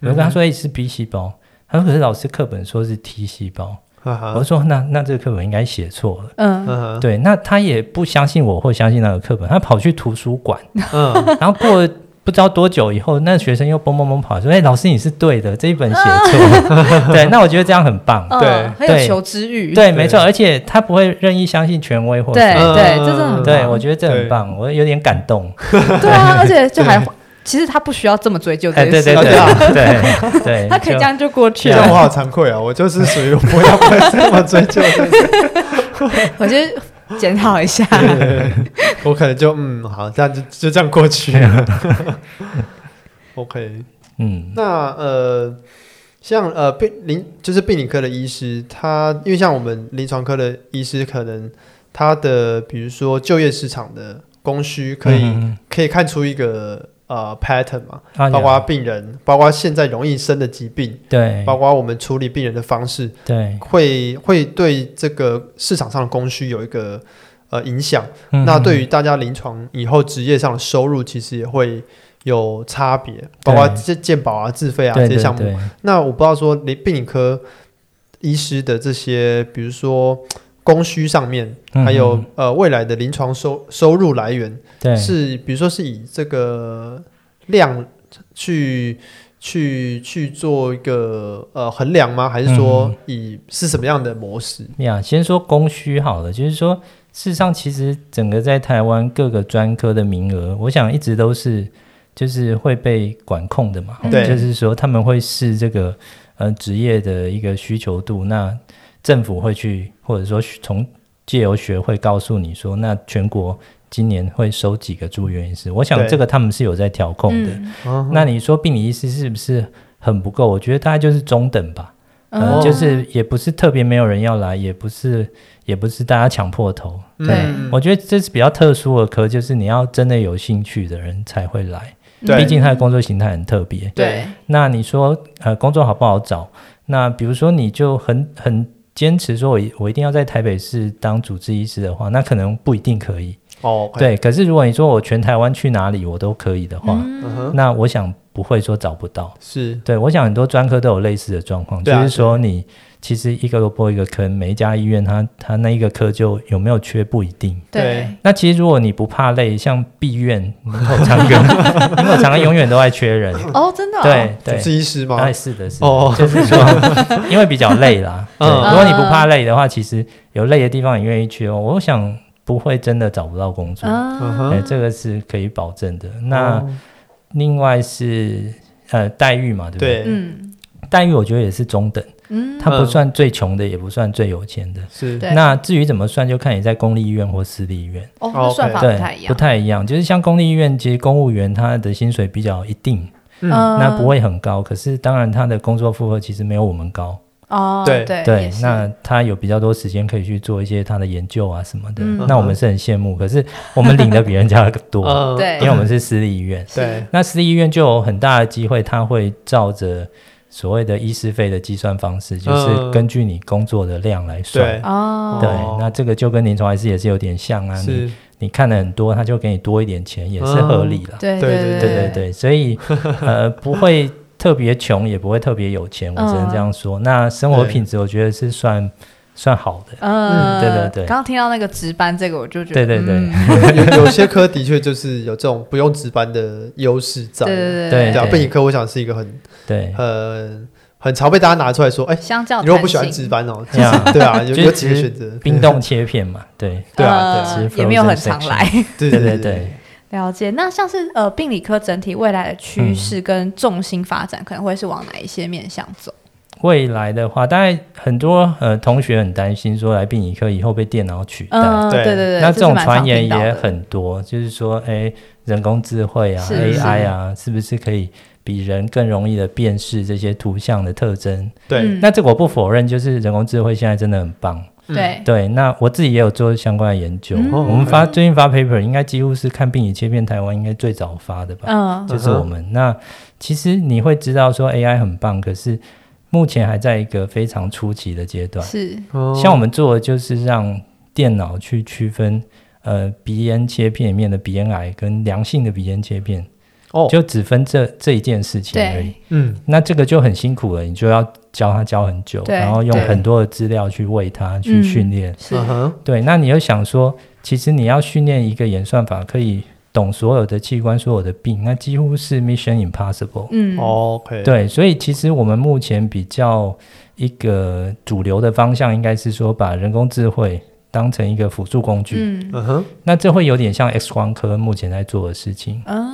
S3: 我就跟他说：“哎、是 B 细胞。”他说：“可是老师课本说是 T 细胞。
S1: 哈
S3: 我
S1: 哈，
S3: 说：“那那这个课本应该写错了。”
S2: 嗯，
S1: 嗯
S3: 对，那他也不相信我或相信那个课本，他跑去图书馆，
S1: 嗯，
S3: *laughs* 然后过了不知道多久以后，那学生又蹦蹦蹦跑来说：“哎、老师你是对的，这一本写错。了。 *laughs* 对，那我觉得这样很棒。
S2: 嗯
S1: 对
S2: 很有
S3: 对
S2: 求知欲。
S3: 对，没错，而且他不会任意相信权威或
S2: 对嗯
S3: 什
S1: 嗯
S3: 么。
S2: 对，这真的很
S3: 对，
S2: 棒
S3: 我觉得这很
S1: 对
S3: 棒，我有点感动。
S2: 对
S3: *laughs*
S2: 啊，而且就还其实他不需要这么追究
S3: 哎，
S2: 这
S3: 对
S2: 件
S3: 对
S2: 事，
S3: 对
S1: 对啊
S3: 对对，
S2: *laughs* 他可以这。
S3: 就
S2: 样就过去
S1: 这样我
S2: 了。
S1: 好惭愧啊，我就是属于不要不要这么追究的。
S2: 我就检讨一下。
S1: 我可能就嗯，好，这样就就这样过去
S3: *laughs*
S1: 了。OK，
S3: 嗯，
S1: 那呃，像呃病临就是病理科的医师，他因为像我们临床科的医师，可能他的比如说就业市场的供需，可以、
S3: 嗯
S1: 可以看出一个呃 pattern 嘛，
S3: 啊
S1: 包
S3: 有
S1: 括病人，包括现在容易生的疾病，
S3: 对
S1: 包括我们处理病人的方式，
S3: 对，
S1: 会会对这个市场上的供需有一个呃影响。
S3: 嗯
S1: 那
S3: 嗯
S1: 对于大家临床以后职业上的收入，其实也会有差别，包括这健保啊、自费啊
S3: 对
S1: 这
S3: 对
S1: 些项目。
S3: 对
S1: 那我不知道说，你病理科医师的这些，比如说供需上面，
S3: 嗯
S1: 还有
S3: 嗯
S1: 呃未来的临床收收入来源，
S3: 对
S1: 是比如说是以这个量去去去做一个呃衡量吗？还是说
S3: 嗯
S1: 以是什么样的模式？
S3: 呀，先说供需好了，就是说，事实上，其实整个在台湾各个专科的名额，我想一直都是就是会被管控的嘛。哦
S1: 对
S3: 就是说他们会视这个呃职业的一个需求度，那政府会去或者说从借由学会告诉你说，那全国今年会收几个住院医师。我想
S1: 对
S3: 这个他们是有在调控的。
S2: 嗯
S1: 啊
S3: 那你说病理医师是不是很不够？我觉得大概就是中等吧。嗯，
S1: 哦
S3: 就。是也不是特别没有人要来，也不是也不是大家抢破头。
S2: 对
S1: 嗯
S3: 我觉得这是比较特殊的科，就是你要真的有兴趣的人才会来，
S2: 嗯
S1: 对
S3: 毕竟他的工作形态很特别。
S2: 对，
S3: 那你说呃，工作好不好找？那比如说你就很很坚持说我一我一定要在台北市当主治医师的话，那可能不一定可以。
S1: 哦，
S3: 对，可是如果你说我全台湾去哪里我都可以的话，
S1: 嗯哼，
S3: 那我想不会说找不到。
S1: 是
S3: 对，我想很多专科都有类似的状况，
S1: 对啊
S3: 就是说你其实一个萝卜一个坑，每一家医院它它那一个科就有没有缺不一定。
S2: 对，
S3: 那其实如果你不怕累，像毕院门口长
S1: *laughs*
S3: 庚，门口长庚永远都在缺人。
S2: 哦，真的哦，
S3: 对
S1: 主
S3: 对，
S1: 治医师吗
S3: 哎，？是的，是的，
S1: 哦
S3: 就是
S1: *laughs*
S3: 说因为比较累啦。对，
S1: 嗯
S3: 如果你不怕累的话，其实有累的地方你愿意去哦。我想不会真的找不到工作，
S1: 嗯
S2: 啊，
S3: 哎，
S1: 哼，
S3: 这个是可以保证的。那
S1: 哦
S3: 另外是呃待遇嘛，对不
S1: 对，
S3: 对？
S2: 嗯
S3: 待遇我觉得也是中等。
S2: 嗯
S3: 他不算最穷的，也不算最有钱的。
S1: 是
S2: 对
S3: 那至于怎么算，就看你在公立医院或私立医院，
S2: 哦，那算法不
S3: 对，
S2: 太一样，
S3: 一样就是像公立医院，其实公务员他的薪水比较一定，
S2: 嗯
S3: 那不会很高，可是当然他的工作负荷其实没有我们高。
S2: 哦，
S1: 对
S2: 对
S3: 对
S2: 也，是
S3: 那他有比较多时间可以去做一些他的研究啊什么的。
S2: 嗯哦
S3: 那我们是很羡慕，可是我们领的比人家
S2: *laughs*
S3: 多，
S1: 嗯
S2: 对
S3: 因为我们是私立医院。
S1: 对
S3: 那私立医院就有很大的机会，他会照着所谓的医师费的计算方式，就是
S1: 嗯
S3: 根据你工作的量来算。
S1: 对
S2: 哦，
S3: 对
S1: 哦，
S3: 那这个就跟临床还是也是有点像啊。你
S1: 是
S3: 你看了很多，他就给你多一点钱，也是合理啦。
S2: 对
S1: 嗯对
S2: 对
S3: 对对
S2: 对
S3: 对，所以呃，不会特别穷，也不会特别有钱，我只能
S2: 嗯
S3: 这样说。那生活
S1: 对
S3: 品质，我觉得是算算好的。
S2: 呃，
S3: 嗯对对对
S2: 刚刚听到那个值班这个，我就觉得，
S3: 对对对
S2: 嗯
S1: *laughs* 有有些科的确就是有这种不用值班的优势在。
S2: 对对
S1: 对
S3: 对
S1: 啊，
S3: 对
S1: 背景科我想是一个很
S3: 对，
S1: 很很常被大家拿出来说，哎、
S2: 相较
S1: 你如果不喜欢
S2: 弹性
S1: 值班哦，其
S3: *laughs* 对啊
S1: *laughs* 实对啊，有
S3: 就是
S1: 有几个
S3: 其实
S1: 选择，
S3: 冰冻切片嘛，对
S1: *laughs* 对啊
S2: 呃
S3: 对其实
S2: 也没有
S3: frozen
S2: 很常
S3: section
S2: 来。
S1: *laughs*
S2: *laughs*
S1: 对
S3: 对
S1: 对
S3: 对对，
S2: 了解，那像是呃病理科整体未来的
S3: 嗯
S2: 趋势跟重心发展，可能会是往哪一些面向走？
S3: 未来的话，当然很多呃同学很担心说来病理科以后被电脑取代。
S2: 嗯，
S1: 对
S2: 对对对，
S3: 那
S2: 这
S3: 这种
S2: 是蛮常
S3: 传言
S2: 听到
S3: 也
S2: 的
S3: 很多，就是说，哎，人工智慧啊、
S2: 是
S3: AI 啊，是不是可以比人更容易的辨识这些图像的特征？
S1: 对，
S2: 嗯
S3: 那这个我不否认，就是人工智慧现在真的很棒。
S1: 嗯
S2: 对，
S3: 对，那我自己也有做相关的研究，
S2: 哎嗯
S3: 我们发最近发 paper 应该几乎是看病理切片，台湾应该最早发的吧？
S2: 嗯，
S3: 就是我们。那其实你会知道说 AI 很棒，可是目前还在一个非常初期的阶段。
S2: 嗯是，
S1: 哦
S3: 像我们做的就是让电脑去区分呃鼻咽切片里面的鼻咽癌跟良性的鼻咽切片，
S1: 哦，
S3: 就只分这这一件事情而已
S2: 对。，
S1: 嗯，
S3: 那这个就很辛苦了，你就要教他教很久，
S2: 对
S3: 然后用
S1: 对
S3: 很多的资料去喂他去
S2: 嗯
S3: 训练。
S2: 是，
S1: 嗯哼，
S3: 对，那你又想说，其实你要训练一个演算法可以懂所有的器官、所有的病，那几乎是 mission impossible。
S2: 嗯，
S1: OK，，
S3: 对，所以其实我们目前比较一个主流的方向，应该是说把人工智慧当成一个辅助工具。
S2: 嗯，
S1: 嗯哼，
S3: 那这会有点像 X 光科目前在做的事情。
S2: 啊，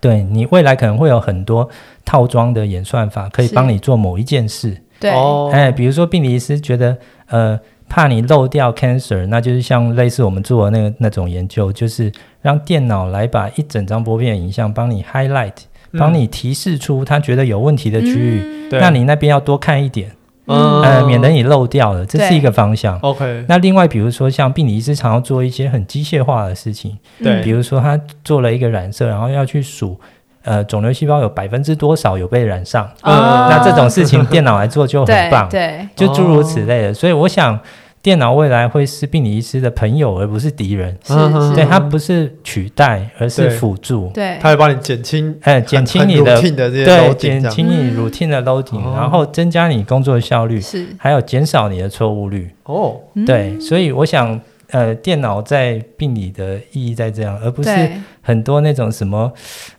S3: 对你未来可能会有很多套装的演算法，可以
S2: 是
S3: 帮你做某一件事。
S2: 对，
S1: 哦，
S3: 哎，比如说病理医师觉得，呃，怕你漏掉 cancer，那就是像类似我们做的那个那种研究，就是让电脑来把一整张玻片影像帮你 highlight，、
S1: 嗯
S3: 帮你提示出他觉得有问题的区域，
S2: 嗯
S1: 对
S3: 那你那边要多看一点，
S1: 嗯
S3: 呃，免得你漏掉了，这是
S2: 对
S3: 一个方向。
S1: OK，
S3: 那另外，比如说像病理医师常要做一些很机械化的事情，
S1: 对
S2: 嗯
S1: 嗯
S3: 比如说他做了一个染色，然后要去数，呃，肿瘤细胞有百分之多少有被染上，
S1: 呃
S2: 哦
S3: 那这种事情电脑来做就很
S2: 对
S3: 棒。
S2: 对，
S3: 就诸如此
S1: 哦
S3: 类的。所以我想，电脑未来会是病理医师的朋友，而不是敌人。
S2: 是
S1: 嗯哼
S2: 是，
S3: 对，它不是取代，而是
S1: 对
S3: 辅助。
S2: 对，
S1: 他会帮你减轻
S3: 哎，
S1: 很
S3: 减轻
S1: 很
S3: 你的
S1: routine 的这些
S3: 对，
S1: loading
S3: 减
S1: 这样
S3: 轻
S2: 嗯
S3: 你 routine 的 loading，、
S1: 哦
S3: 然后增加你工作的效率，
S2: 是，
S3: 还有减少你的错误率。
S1: 哦，
S2: 嗯
S3: 对，，所以我想，呃，电脑在病理的意义在这样，而不是
S2: 对
S3: 很多那种什么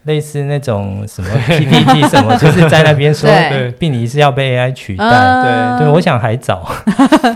S3: 类似那
S2: *laughs*
S3: 种什么 PPT 什么，就是在那边说
S2: 对
S3: 病理是要被 AI 取代。
S2: 嗯
S3: 对，我想还早。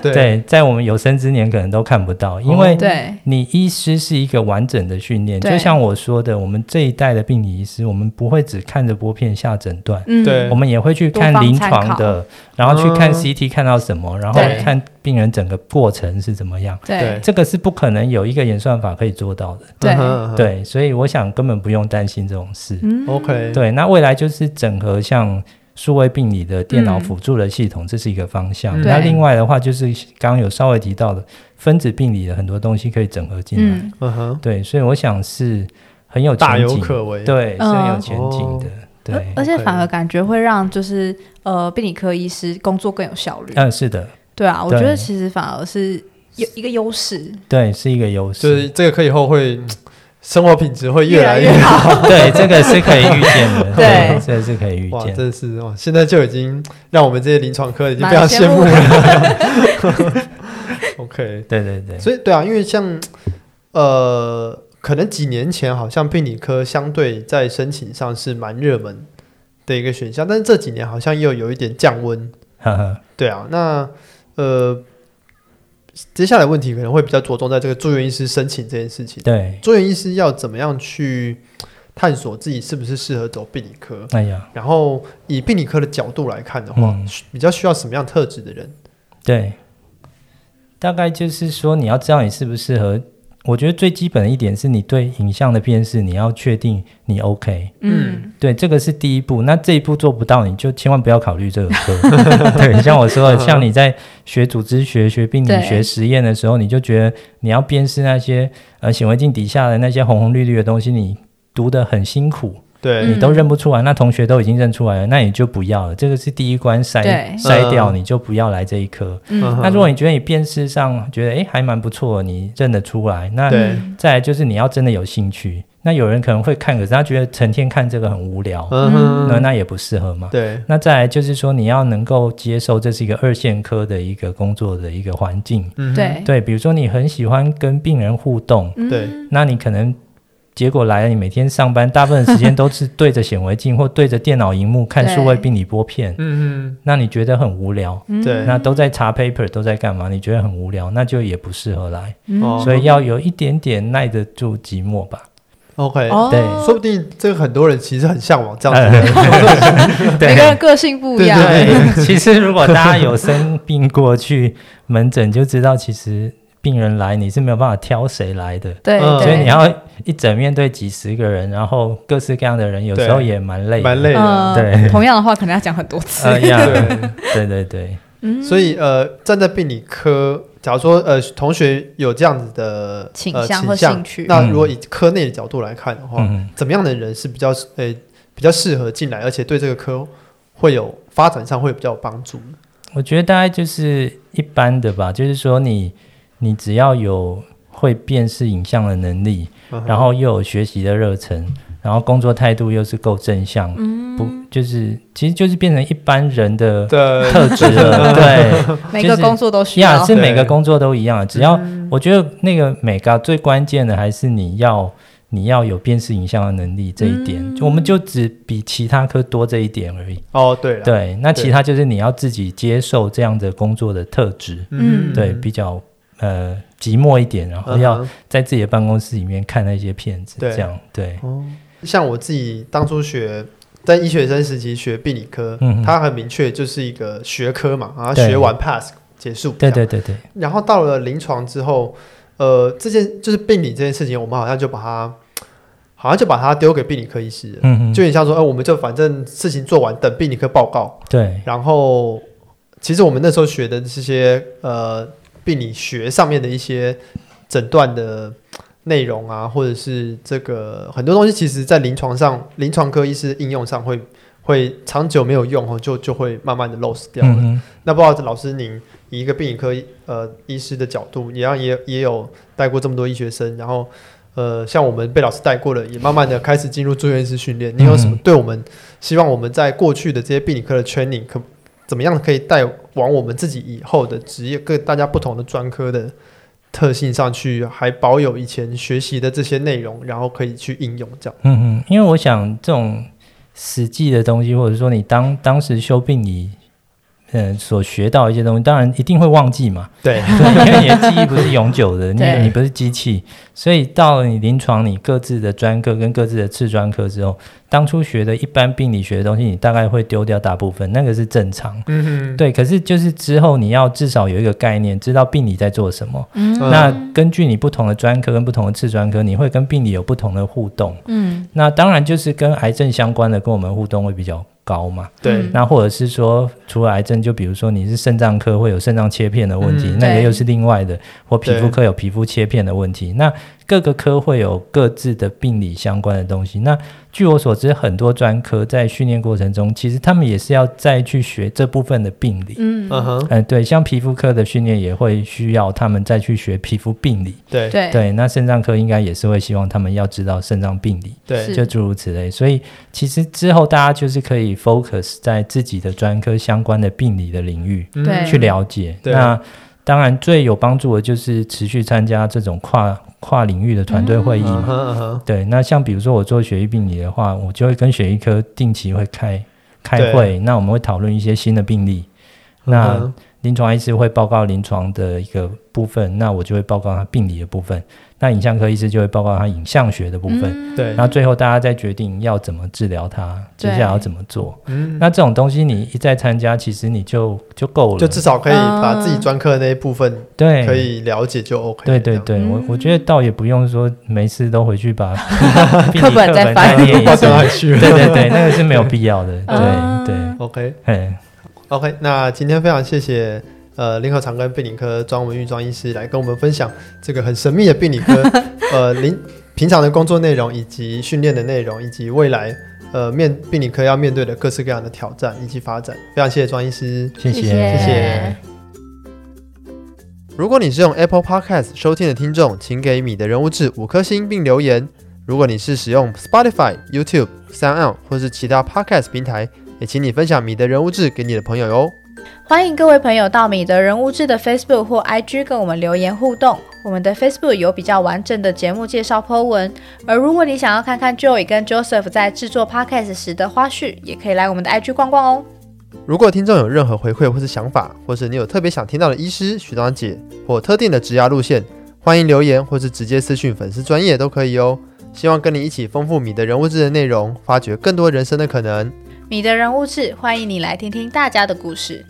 S1: 对，
S3: *laughs* 对，在我们有生之年可能都看不到，因为
S2: 哦对
S3: 你医师是一个完整的训练，
S2: 对
S3: 就像我说的，我们这一代的病理医师，我们不会只看着玻片下诊断，
S2: 嗯
S1: 对嗯
S3: 我们也会去看临床的，然后去看 CT 看到什么，然后
S2: 对
S3: 看病人整个过程是怎么样。
S1: 对
S2: 对
S3: 这个是不可能有一个演算法可以做到的，
S2: 对
S1: 嗯哼，嗯哼
S3: 对，所以我想根本不用担心这种事。
S2: 嗯
S1: ，OK，
S3: 对，那未来就是整合像数位病理的电脑
S2: 嗯
S3: 辅助的系统，这是一个方向。
S1: 嗯
S3: 那
S2: 对
S3: 另外的话，就是刚刚有稍微提到的分子病理的很多东西可以整合进来。
S2: 嗯
S1: 嗯哼，
S3: 对，所以我想是很有
S1: 大哦
S3: 前
S1: 有
S3: 景，
S1: 可为，
S3: 对，是很有
S2: 嗯
S3: 前景的。
S2: 而
S3: 对，
S2: 而且反
S1: OK
S2: 而感觉会让就是呃病理科医师工作更有效率。
S3: 嗯，是的，
S2: 对啊，我觉得
S3: 对
S2: 其实反而是有一个优势，
S3: 对，是一个优势。
S1: 就是这个课以后会嗯生活品质会越来
S2: 越
S1: 越好。
S2: 好。
S3: 哦对，这个是可以预见
S2: *laughs*
S3: 的。
S2: 对
S3: *laughs* 这个是可以预
S1: 哇，
S3: 见的。
S1: 真的是哇！现在就已经让我们这些临床科已经非常
S2: 蛮
S1: 羡
S2: 羡
S1: 慕
S2: 慕
S1: 了。OK，
S3: 对对对，
S1: 所以对啊，因为像呃，可能几年前好像病理科相对在申请上是蛮热门的一个选项，但是这几年好像又有一点降温。
S3: 呵呵，
S1: 对啊，那呃，接下来问题可能会比较着重在这个住院医师申请这件事情。
S3: 对，
S1: 住院医师要怎么样去探索自己是不是适合走病理科？
S3: 哎呀，
S1: 然后以病理科的角度来看的话，
S3: 嗯
S1: 比较需要什么样特质的人？
S3: 对，大概就是说你要知道你适不适合。我觉得最基本的一点是你对影像的辨识，你要确定你 OK。
S2: 嗯，
S3: 对，这个是第一步。那这一步做不到，你就千万不要考虑这个
S2: *laughs*
S3: 科。对，像我说的，像你在学组织学、学病理
S2: 对
S3: 学实验的时候，你就觉得你要辨识那些呃显微镜底下的那些红红绿绿的东西，你读得很辛苦。
S1: 对
S2: 嗯
S3: 你都认不出来，那同学都已经认出来了，那你就不要了。这个是第一关筛
S2: 对
S3: 筛掉，
S1: 嗯
S3: 你就不要来这一科。
S1: 嗯
S2: 嗯，
S3: 那如果你觉得你辨识上觉得诶还蛮不错，你认得出来，那
S1: 对
S2: 嗯
S3: 再来就是你要真的有兴趣。那有人可能会看，可是他觉得成天看这个很无聊，
S1: 嗯
S3: 那
S1: 哼，
S3: 那也不适合嘛。
S1: 对，
S3: 那再来就是说，你要能够接受这是一个二线科的一个工作的一个环境。
S1: 嗯哼，
S2: 对
S3: 对，比如说你很喜欢跟病人互动，
S2: 嗯
S1: 对
S3: 那你可能结果来了，你每天上班大部分时间都是对着显微镜或对着电脑荧幕看数位病理波片，
S1: 嗯
S3: 那你觉得很无聊。
S2: 嗯
S1: 对
S3: 那都在查 paper，都在干嘛？你觉得很无聊，那就也不适合来。
S2: 嗯
S1: 哦
S3: 所以要有一点点耐得住寂寞吧。
S1: 哼，OK，
S2: 哦
S3: 对
S1: 说不定这个很多人其实很向往
S3: *laughs*
S1: 这样子的
S3: 哎
S1: 人生，
S2: 每个人个性不一样，
S1: 对
S3: 对，其实如果大家有生病过去门诊，就知道其实病人来你是没有办法挑谁来的，
S2: 对
S1: 嗯
S2: 对，
S3: 所以你要一整面对几十个人，然后各式各样的人，有时候
S1: 对
S3: 也蛮累的，
S1: 蛮
S3: *laughs*
S1: 累的。
S2: 嗯
S3: 对
S2: 同样的话可能要讲很多次，
S3: 哎呀，
S1: 对，
S3: *laughs* 对对对，
S2: 嗯
S1: 所以呃，站在病理科，假如说呃同学有这样子的
S2: 倾
S1: 呃
S2: 向
S1: 倾
S2: 或兴
S1: 向，
S2: 趣
S1: 那如果以科内的角度来看的话，
S3: 嗯，
S1: 怎么样的人是比较呃比较适合进来，而且对这个科会有发展上会比较有帮助？
S3: 我觉得大概就是一般的吧，就是说你你只要有会辨识影像的能力，
S1: 嗯哼
S3: 然后又有学习的热忱，然后工作态度又是够正向，不就是其实就是变成一般人的
S1: 对
S3: 特质
S1: *laughs*
S3: 了，对
S2: 每个
S3: 就是
S2: 工作都需
S3: 呀，
S2: 要，嗯
S3: 是
S1: 对
S3: 每个工作都一样，啊只要我觉得那个美高最关键的还是你要你要有辨识影像的能力这一点，
S2: 嗯
S3: 就我们就只比其他科多这一点而已。
S1: 哦，对了，
S3: 对，那
S1: 对
S3: 其他就是你要自己接受这样的工作的特质，
S2: 嗯
S3: 对，比较呃寂寞一点，然后
S1: 嗯
S3: 要
S1: 哼
S3: 在自己的办公室里面看那些片子，
S1: 对
S3: 这样对，
S1: 哦，像我自己当初学在医学生时期学病理科，
S3: 嗯哼
S1: 它很明确就是一个学科嘛，然后
S3: 对
S1: 学完 pass 结束。
S3: 对
S1: 这样。
S3: 对对对，
S1: 然后到了临床之后，呃，这件就是病理这件事情，我们好像就把它，好像就把它丢给病理科医师了，
S3: 嗯嗯，
S1: 就有点像说，哎、我们就反正事情做完，等病理科报告。
S3: 对，
S1: 然后，其实我们那时候学的这些呃病理学上面的一些诊断的内容啊，或者是这个很多东西，其实在临床上，临床科医师应用上会会长久没有用哦，就就会慢慢的 lose 掉了。
S3: 嗯嗯
S1: 那不知道老师您以一个病理科呃医师的角度，也让也也有带过这么多医学生，然后呃像我们被老师带过了，也慢慢的开始进入住院医师训练。你有什么
S3: 嗯
S1: 对我们希望我们在过去的这些病理科的 training 可怎么样可以带往我们自己以后的职业各大家不同的专科的特性上去，还保有以前学习的这些内容，然后可以去应用这样。
S3: 嗯嗯，因为我想这种实际的东西，或者说你当当时修病你嗯、呃所学到的一些东西，当然一定会忘
S1: *laughs*
S3: 记嘛，
S1: 对，
S3: 对，因为你的记忆不是永久的，你
S2: 对
S3: 你不是机器，所以到了你临床，你各自的专科跟各自的次专科之后，当初学的一般病理学的东西，你大概会丢掉大部分，那个是正常。
S1: 嗯哼，
S3: 对，可是就是之后你要至少有一个概念，知道病理在做什么。
S2: 嗯
S1: 嗯
S3: 那根据你不同的专科跟不同的次专科，你会跟病理有不同的互动。
S2: 嗯
S3: 那当然就是跟癌症相关的，跟我们互动会比较高嘛。
S1: 对，
S3: 那或者是说，除了癌症，就比如说你是肾脏科会有肾脏切片的问题，
S1: 嗯
S3: 那个
S2: 对
S3: 又是另外的；或皮
S1: 对
S3: 肤科有皮肤切片的问题。那各个科会有各自的病理相关的东西。那据我所知，很多专科在训练过程中，其实他们也是要再去学这部分的病理。
S2: 嗯
S1: 嗯哼，
S3: 嗯、对，像皮肤科的训练也会需要他们再去学皮肤病理。
S1: 对
S2: 对
S3: 对，那肾脏科应该也是会希望他们要知道肾脏病理。
S1: 对
S2: 是
S3: 就诸如此类。所以其实之后大家就是可以 focus 在自己的专科相关的病理的领域
S1: 嗯
S2: 对
S3: 去了解。
S1: 对啊
S3: 那当然最有帮助的就是持续参加这种跨跨领域的团队会议
S1: 嗯
S3: 嘛。
S1: 哼嗯哼，
S3: 对，那像比如说我做血液病理的话，我就会跟血液科定期会开开会，那我们会讨论一些新的病例。那
S1: 嗯哼
S3: 临床医师会报告临床的一个部分，那我就会报告他病理的部分。那影像科医师就会报告他影像学的部分。
S2: 嗯
S1: 对
S3: 然后最后大家再决定要怎么治疗它，接
S2: 对
S3: 下来要怎么做。
S1: 嗯
S3: 那这种东西你一再参加，其实你就就够了，
S1: 就至少可以把自己专科的那一部分
S3: 对
S1: 可。以了解就 OK 这
S3: 哎对
S1: 样。
S3: 对对，我
S2: 嗯
S3: 我觉得倒也不用说每次都回去把病理
S2: *laughs* 课本再
S3: 课 *laughs*
S2: 翻
S3: 再念一
S1: 挂
S3: 次
S1: 断，下去
S3: 对
S1: 了。
S3: 对对，那个是没有必要的，
S2: 嗯
S3: 对对，
S1: OK
S3: 嗯，
S1: OK，那今天非常谢谢呃林口长庚病理科庄文玉庄医师来跟我们分享这个很神
S3: *laughs*
S1: 秘的病理科呃临平常的工作内容以及训练的内容以及未来呃面病理科要面对的各式各样的挑战以及发展。非常谢谢庄医师。
S3: 谢
S2: 谢
S3: 谢
S2: 谢
S1: 谢谢。如果你是用 Apple Podcast 收听的听众，请给米的人物志五颗星并留言。如果你是使用 Spotify、YouTube、Sound 或是其他 Podcast 平台，也请你分享米的人物志给你的朋友哟。
S2: 欢迎各位朋友到米德人物志的 Facebook 或 IG 跟我们留言互动。我们的 Facebook 有比较完整的节目介绍 po 文，而如果你想要看看 Joey 跟 Joseph 在制作 Podcast 时的花絮，也可以来我们的 IG 逛逛哦。
S1: 如果听众有任何回馈或是想法，或是你有特别想听到的医师、学长姐或特定的职涯路线，欢迎留言或是直接私讯粉丝专业都可以哦。希望跟你一起丰富米的人物志的内容，发掘更多人生的可能。
S2: 米德人物志，欢迎你来听听大家的故事。